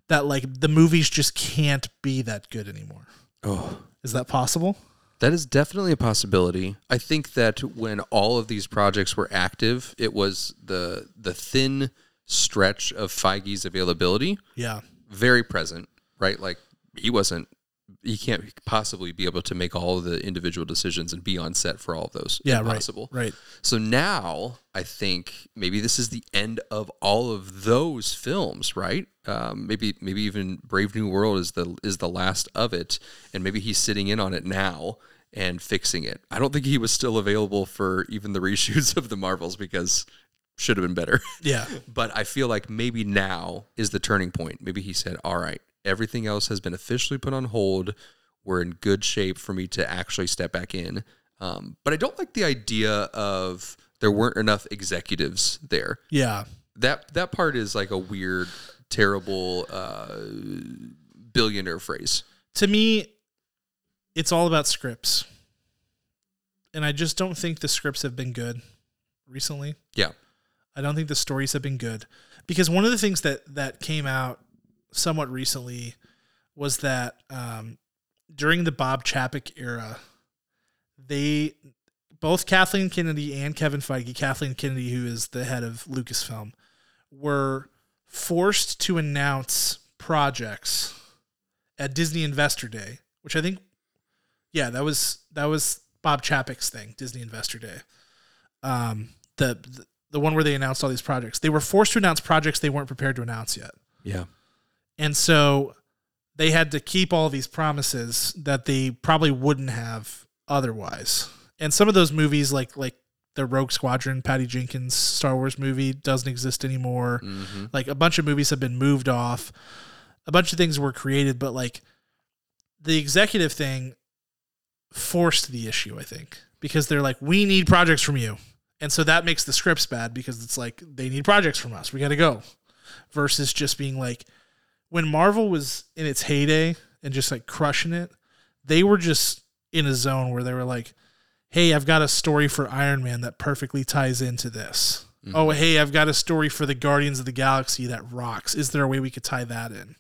A: that like the movies just can't be that good anymore.
C: Oh,
A: Is that possible?
C: that is definitely a possibility. I think that when all of these projects were active, it was the the thin stretch of Feige's availability
A: Yeah.
C: very present, right? Like he wasn't. He can't possibly be able to make all of the individual decisions and be on set for all of those.
A: Yeah,
C: Impossible.
A: right. Right.
C: So now I think maybe this is the end of all of those films, right? Um, maybe maybe even Brave New World is the is the last of it, and maybe he's sitting in on it now and fixing it. I don't think he was still available for even the reshoots [LAUGHS] of the Marvels because should have been better.
A: Yeah.
C: but I feel like maybe now is the turning point. Maybe he said, "All right, everything else has been officially put on hold. We're in good shape for me to actually step back in." Um, but I don't like the idea of there weren't enough executives there.
A: Yeah.
C: That that part is like a weird, terrible uh, billionaire phrase.
A: To me, it's all about scripts. And I just don't think the scripts have been good recently.
C: Yeah.
A: I don't think the stories have been good because one of the things that that came out somewhat recently was that um, during the Bob Chapek era, they both Kathleen Kennedy and Kevin Feige, Kathleen Kennedy, who is the head of Lucasfilm, were forced to announce projects at Disney Investor Day, which I think, yeah, that was that was Bob Chapek's thing, Disney Investor Day um, the the one where they announced all these projects. They were forced to announce projects they weren't prepared to announce yet,
C: Yeah.
A: and so they had to keep all these promises that they probably wouldn't have otherwise. And some of those movies, like like the Rogue Squadron, Patty Jenkins Star Wars movie, doesn't exist anymore.
C: Mm-hmm.
A: Like a bunch of movies have been moved off. A bunch of things were created, but like the executive thing forced the issue, I think, because they're like, we need projects from you. And so that makes the scripts bad because it's like they need projects from us. We got to go. Versus just being like when Marvel was in its heyday and just like crushing it, they were just in a zone where they were like, "Hey, I've got a story for Iron Man that perfectly ties into this."
C: Mm-hmm.
A: Oh, hey, I've got a story for the Guardians of the Galaxy that rocks. Is there a way we could tie that in?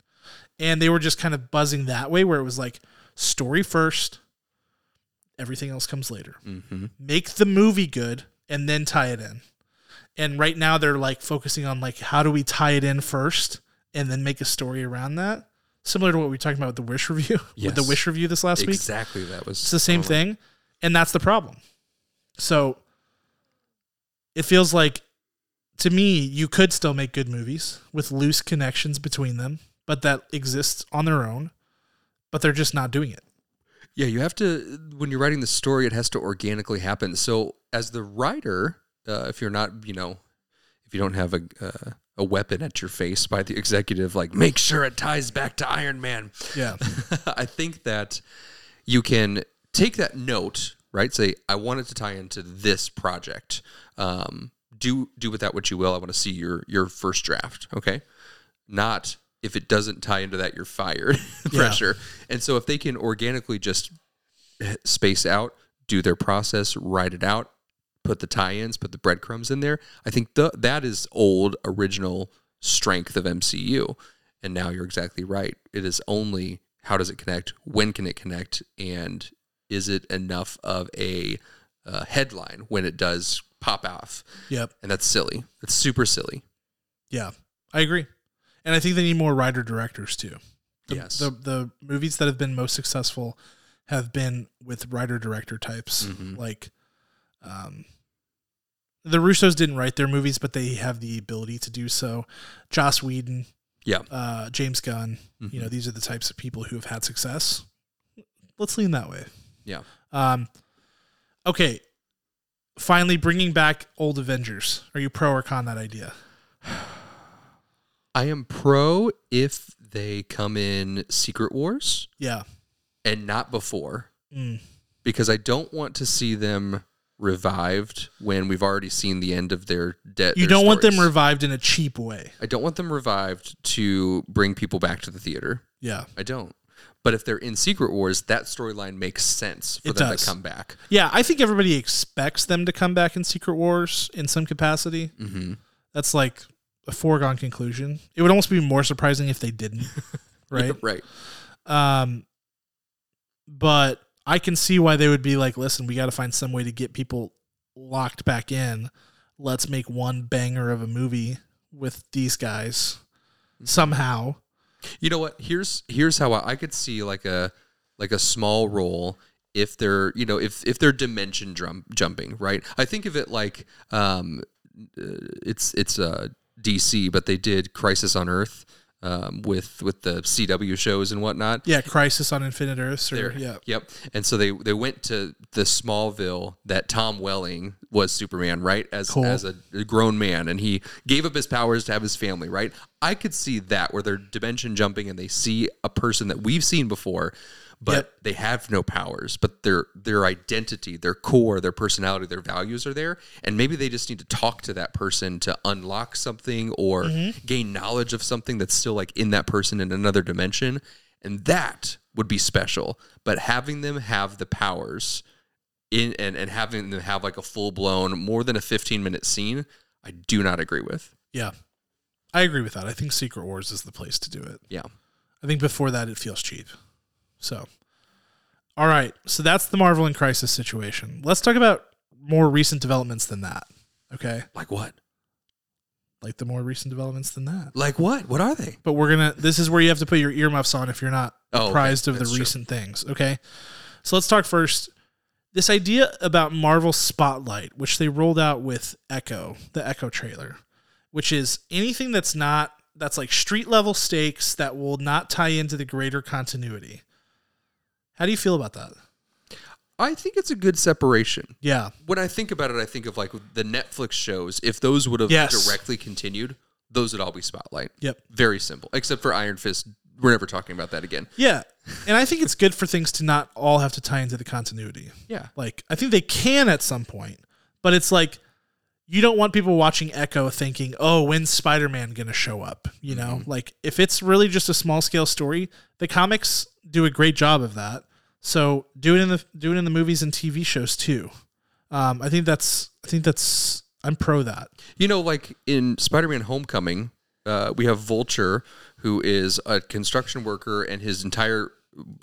A: And they were just kind of buzzing that way where it was like story first, everything else comes later
C: Mm-hmm.
A: make the movie good and then tie it in and right now they're like focusing on like how do we tie it in first and then make a story around that similar to what we were talking about with the wish review [LAUGHS] with the
C: Yes.
A: wish review this last week
C: Exactly. That was
A: it's the same thing and that's the problem so it feels like to me you could still make good movies with loose connections between them but that exists on their own but they're just not doing it
C: Yeah, you have to when you're writing the story, it has to organically happen. So as the writer, uh, if you're not, you know, if you don't have a uh, a weapon at your face by the executive, like make sure it ties back to Iron Man.
A: yeah
C: [LAUGHS] I think that you can take that note, right? Say, I want it to tie into this project. Um, do do with that what you will. I want to see your your first draft. Okay, not if it doesn't tie into that, you're fired. [LAUGHS] pressure. And so if they can organically just space out, do their process, write it out, put the tie-ins, put the breadcrumbs in there. I think the, that is old original strength of MCU. And now you're exactly right. It is only how does it connect? When can it connect? And is it enough of a uh, headline when it does pop off?
A: yep
C: And that's silly. That's super silly.
A: Yeah, I agree, and I think they need more writer directors too. The,
C: Yes.
A: the the movies that have been most successful have been with writer director types.
C: Mhm.
A: Like, um, the Russos didn't write their movies, but they have the ability to do so. Joss Whedon,
C: Yeah.
A: uh, James Gunn, you know,
C: Mhm.
A: these are the types of people who have had success. Let's lean that way.
C: Yeah.
A: Um, okay. Finally, bringing back old Avengers. Are you pro or con that idea?
C: I am pro if they come in Secret Wars.
A: Yeah.
C: and not before
A: Mm.
C: because I don't want to see them revived when we've already seen the end of their debt.
A: You don't want them revived in a cheap way.
C: I don't want them revived to bring people back to the theater.
A: Yeah.
C: I don't. But if they're in Secret Wars, that storyline makes sense for
A: It
C: them
A: does.
C: to come back.
A: Yeah, I think everybody expects them to come back in Secret Wars in some capacity.
C: Mm-hmm.
A: That's like a foregone conclusion. It would almost be more surprising if they didn't, right?
C: right.
A: Um, but I can see why they would be like, listen, we got to find some way to get people locked back in. Let's make one banger of a movie with these guys somehow.
C: You know what? Here's here's how I, I could see like a like a small role if they're you know if if they're dimension drum jumping right. I think of it like um, uh, it's it's uh, DC, but they did Crisis on Earth um, with with the CW shows and whatnot.
A: Yeah, Crisis on Infinite Earths. Or,
C: There.
A: Yeah.
C: Yep. And so they they went to the Smallville that Tom Welling was Superman, right? As
A: Cool.
C: as a, a grown man, and he gave up his powers to have his family, right? I could see that where they're dimension jumping and they see a person that we've seen before, but
A: Yep.
C: they have no powers, but their their identity, their core, their personality, their values are there, and maybe they just need to talk to that person to unlock something or gain knowledge of something that's still like in that person in another dimension, and that would be special. But having them have the powers in and and having them have like a full blown more than a 15 minute scene, I do not agree with.
A: Yeah. I agree with that. I think Secret Wars is the place to do it.
C: Yeah.
A: I think before that it feels cheap. So, all right. So that's the Marvel and Crisis situation. Let's talk about more recent developments than that. Okay,
C: Like what?
A: like the more recent developments than that.
C: Like what? What are they?
A: But we're gonna. This is where you have to put your earmuffs on if you're not
C: Oh, okay.
A: apprised of the
C: That's true.
A: recent things. Okay. So let's talk first. This idea about Marvel Spotlight, which they rolled out with Echo, the Echo trailer, which is anything that's not that's like street level stakes that will not tie into the greater continuity. How do you feel about that?
C: I think it's a good separation.
A: Yeah.
C: when I think about it, I think of like the Netflix shows. If those would have
A: Yes.
C: directly continued, those would all be Spotlight.
A: Yep.
C: Very simple, except for Iron Fist. We're never talking about that again.
A: Yeah. And I think it's good for things to not all have to tie into the continuity.
C: Yeah.
A: Like I think they can at some point, but it's like you don't want people watching Echo thinking, "Oh, when's Spider-Man going to show up?" You know, like if it's really just a small-scale story, the comics do a great job of that. So do it in the do it in the movies and TV shows too. Um, I think that's I think that's I'm pro that.
C: You know, like in Spider Man Homecoming, uh, we have Vulture, who is a construction worker, and his entire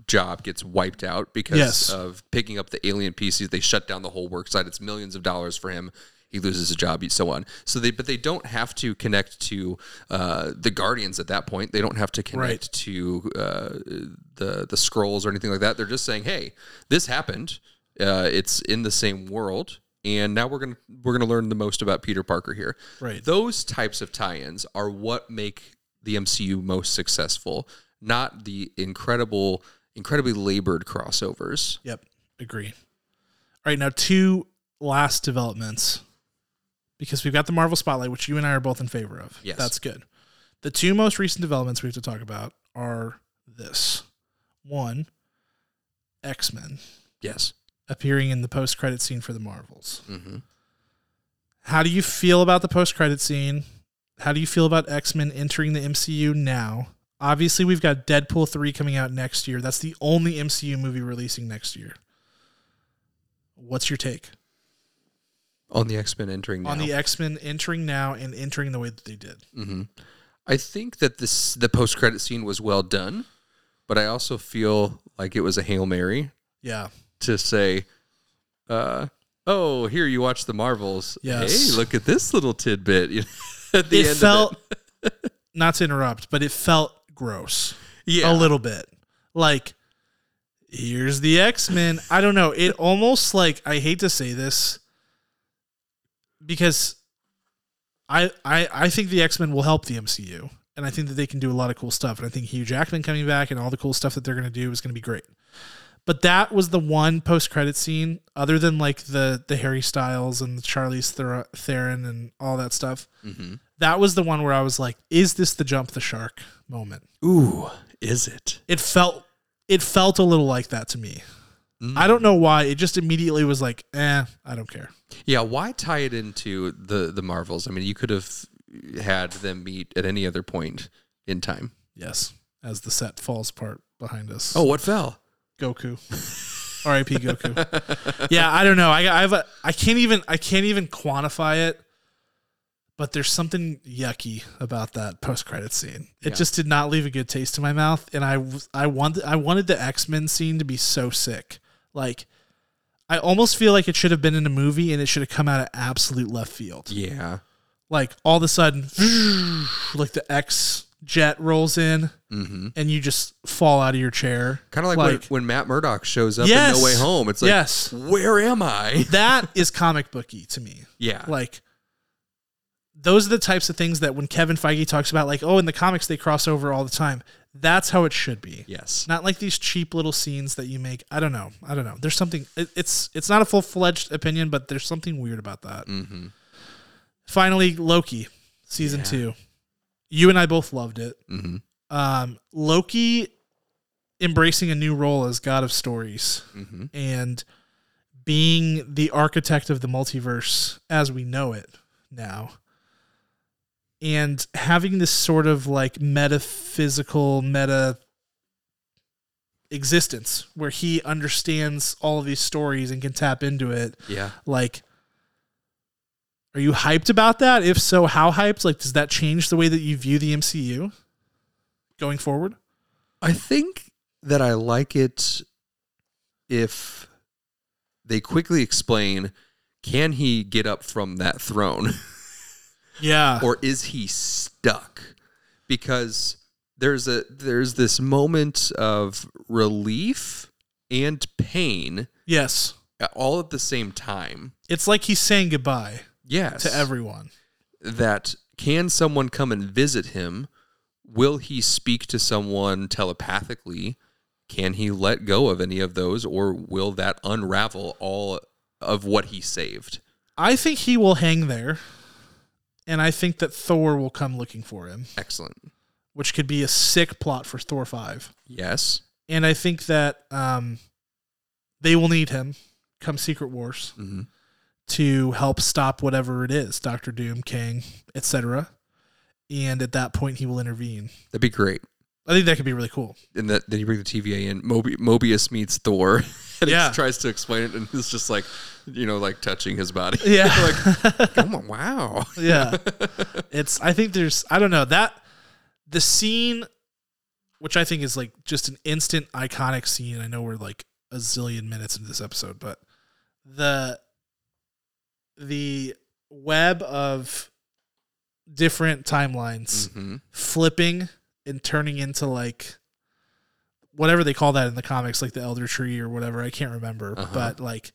C: job gets wiped out because
A: Yes.
C: of picking up the alien pieces. They shut down the whole work site. It's millions of dollars for him. He loses a job, so on. So they, but they don't have to connect to uh, the Guardians at that point. They don't have to connect
A: Right.
C: to uh, the the scrolls or anything like that. They're just saying, "Hey, this happened. Uh, it's in the same world, and now we're gonna we're gonna learn the most about Peter Parker here."
A: Right.
C: Those types of tie-ins are what make the MCU most successful, not the incredible, incredibly labored crossovers.
A: Yep, agree. All right, now two last developments because we've got the Marvel Spotlight, which you and I are both in favor of.
C: Yes.
A: that's good. The two most recent developments we have to talk about are this one, X Men
C: Yes.
A: appearing in the post credit scene for the Marvels.
C: hmm
A: How do you feel about the post credit scene? How do you feel about X Men entering the MCU now? Obviously, we've got Deadpool 3 coming out next year. That's the only MCU movie releasing next year. What's your take
C: On the X Men entering now.
A: on the X Men entering now and entering the way that they did?
C: I think that this the post credit scene was well done, but I also feel like it was a hail mary
A: Yeah.
C: to say, uh, "Oh, here you watch the Marvels.
A: Yes.
C: Hey, look at this little tidbit." [LAUGHS] you know, at the
A: it
C: end, of
A: felt,
C: [LAUGHS]
A: not to interrupt, but it felt gross.
C: yeah,
A: a little bit. Like, here's the X Men. I don't know. It almost like I hate to say this because I I I think the X Men will help the MCU, and I think that they can do a lot of cool stuff. And I think Hugh Jackman coming back and all the cool stuff that they're gonna do is gonna be great. But that was the one post credit scene, other than like the the Harry Styles and the Charlize Thera- Theron and all that stuff. That was the one where I was like, "Is this the jump the shark moment?"
C: Ooh, is it?
A: it felt it felt a little like that to me. I don't know why. It just immediately was like, eh, I don't care.
C: Yeah, why tie it into the the Marvels? I mean, you could have had them meet at any other point in time.
A: Yes. As the set falls apart behind us.
C: Oh, what fell?
A: Goku. R.I.P. Goku. yeah, I don't know. I I have a I can't even I can't even quantify it. But there's something yucky about that post credit scene. It
C: Yeah.
A: just did not leave a good taste in my mouth, and I was- I wanted I wanted the X Men scene to be so sick. Like, I almost feel like it should have been in a movie, and it should have come out of absolute left field
C: Yeah.
A: like all of a sudden like the X jet rolls in and you just fall out of your chair.
C: Kind of Mm-hmm. like, when, when Matt Murdock shows up in
A: Yes.
C: No Way Home. It's like,
A: Yes.
C: where am I?
A: that is comic booky to me.
C: Yeah.
A: Like those are the types of things that when Kevin Feige talks about like, oh, in the comics they cross over all the time. That's how it should be.
C: yes.
A: Not like these cheap little scenes that you make. I don't know. I don't know. There's something it, it's it's not a full fledged opinion, but there's something weird about that.
C: Mm-hmm.
A: Finally, Loki, season
C: Yeah.
A: two. You and I both loved it.
C: Mm-hmm.
A: um, Loki embracing a new role as God of Stories
C: Mm-hmm.
A: and being the architect of the multiverse as we know it now. And having this sort of like metaphysical, meta existence where he understands all of these stories and can tap into it
C: Yeah.
A: like are you hyped about that if so how hyped like does that change the way that you view the mcu going forward
C: I think that I like it if they quickly explain can he get up from that throne?
A: yeah
C: or is he stuck because there's a there's this moment of relief and pain
A: yes
C: all at the same time
A: it's like he's saying goodbye
C: yes
A: to everyone
C: that can someone come and visit him will he speak to someone telepathically can he let go of any of those or will that unravel all of what he saved
A: i think he will hang there and i think that thor will come looking for him
C: excellent
A: which could be a sick plot for thor 5
C: yes
A: and i think that um they will need him come secret wars
C: Mhm.
A: to help stop whatever it is, Doctor Doom, Kang, etc. And at that point, he will intervene.
C: That'd be great.
A: I think that could be really cool.
C: And that, then you bring the TVA in. Mobi- Mobius meets Thor, [LAUGHS] and
A: Yeah.
C: he tries to explain it, and it's just like, you know, like touching his body.
A: Yeah,
C: [LAUGHS]
A: [LAUGHS]
C: like, come on, wow.
A: yeah. It's. I think there's. I don't know that the scene, which I think is like just an instant iconic scene. I know we're like a zillion minutes into this episode, but the the web of different timelines
C: Mhm.
A: flipping and turning into like whatever they call that in the comics, like the elder tree or whatever. I can't remember,
C: Uh-huh.
A: but like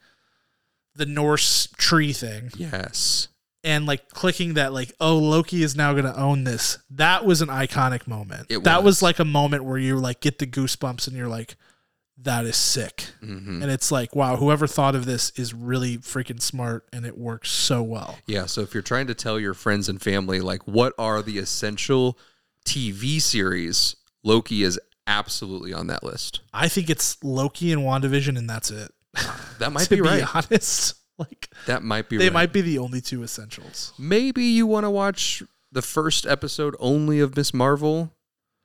A: the Norse tree thing
C: Yes.
A: and like clicking that like oh Loki is now going to own this. That was an iconic moment.
C: It
A: that was
C: was.
A: like a moment where you like get the goosebumps and you're like that is sick.
C: hmm
A: And it's like wow, whoever thought of this is really freaking smart and it works so well.
C: Yeah. So if you're trying to tell your friends and family, like, what are the essential TV series, Loki is absolutely on that list.
A: I think it's Loki and WandaVision and that's it. [LAUGHS]
C: That might
A: to
C: be right.
A: honest. [LAUGHS] Like
C: That might be
A: they
C: right.
A: might be the only two essentials.
C: Maybe you want to watch the first episode only of Miss Marvel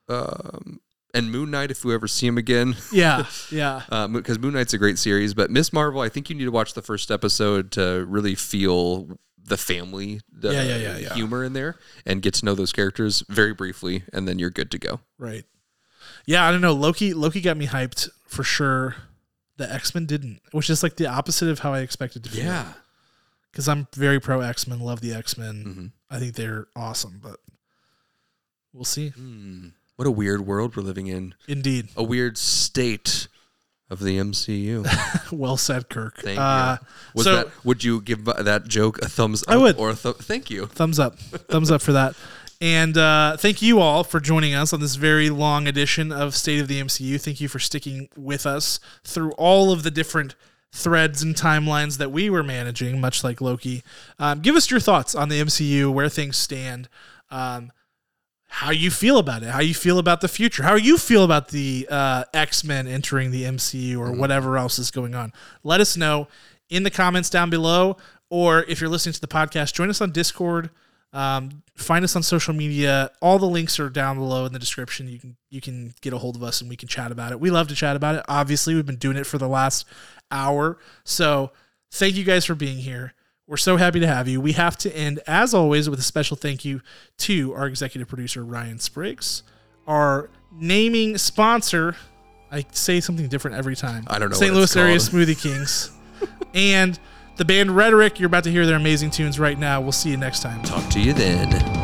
C: um, and Moon Knight if we ever see him again.
A: Yeah, yeah,
C: because Moon Knight's a great series, but Miss Marvel, I think you need to watch the first episode to really feel the family, the
A: Yeah, yeah, yeah, yeah.
C: humor in there, and get to know those characters very briefly, and then you're good to go.
A: right. Yeah, I don't know. Loki Loki got me hyped for sure. The X Men didn't, which is like the opposite of how I expected to feel. because I'm very pro X Men, love the X Men.
C: Mhm.
A: I think they're awesome, but we'll see.
C: Hmm. What a weird world we're living in.
A: Indeed, [LAUGHS]
C: A weird state of the MCU.
A: well said, Kirk.
C: Thank
A: uh,
C: you. Was
A: so-
C: that, would you give that joke a thumbs up
A: I would.
C: or a th- thank you?
A: Thumbs up, thumbs up for that. And uh, thank you all for joining us on this very long edition of State of the MCU. Thank you for sticking with us through all of the different threads and timelines that we were managing, much like Loki. Um, give us your thoughts on the MCU, where things stand. Um, how you feel about it, how you feel about the future, how you feel about the uh, X Men entering the MCU or whatever else is going on. Let us know in the comments down below, or if you're listening to the podcast, join us on Discord. Um, find us on social media. All the links are down below in the description. You can you can get a hold of us and we can chat about it. We love to chat about it. Obviously, we've been doing it for the last hour, so thank you guys for being here. We're so happy to have you. We have to end, as always, with a special thank you to our executive producer, Ryan Spriggs, our naming sponsor. I say something different every time.
C: I don't know
A: St.
C: what it's
A: Louis area
C: called.
A: Smoothie
C: [LAUGHS]
A: Kings. and the band Rhetoric. You're about to hear their amazing tunes right now. We'll see you next time.
C: Talk to you then.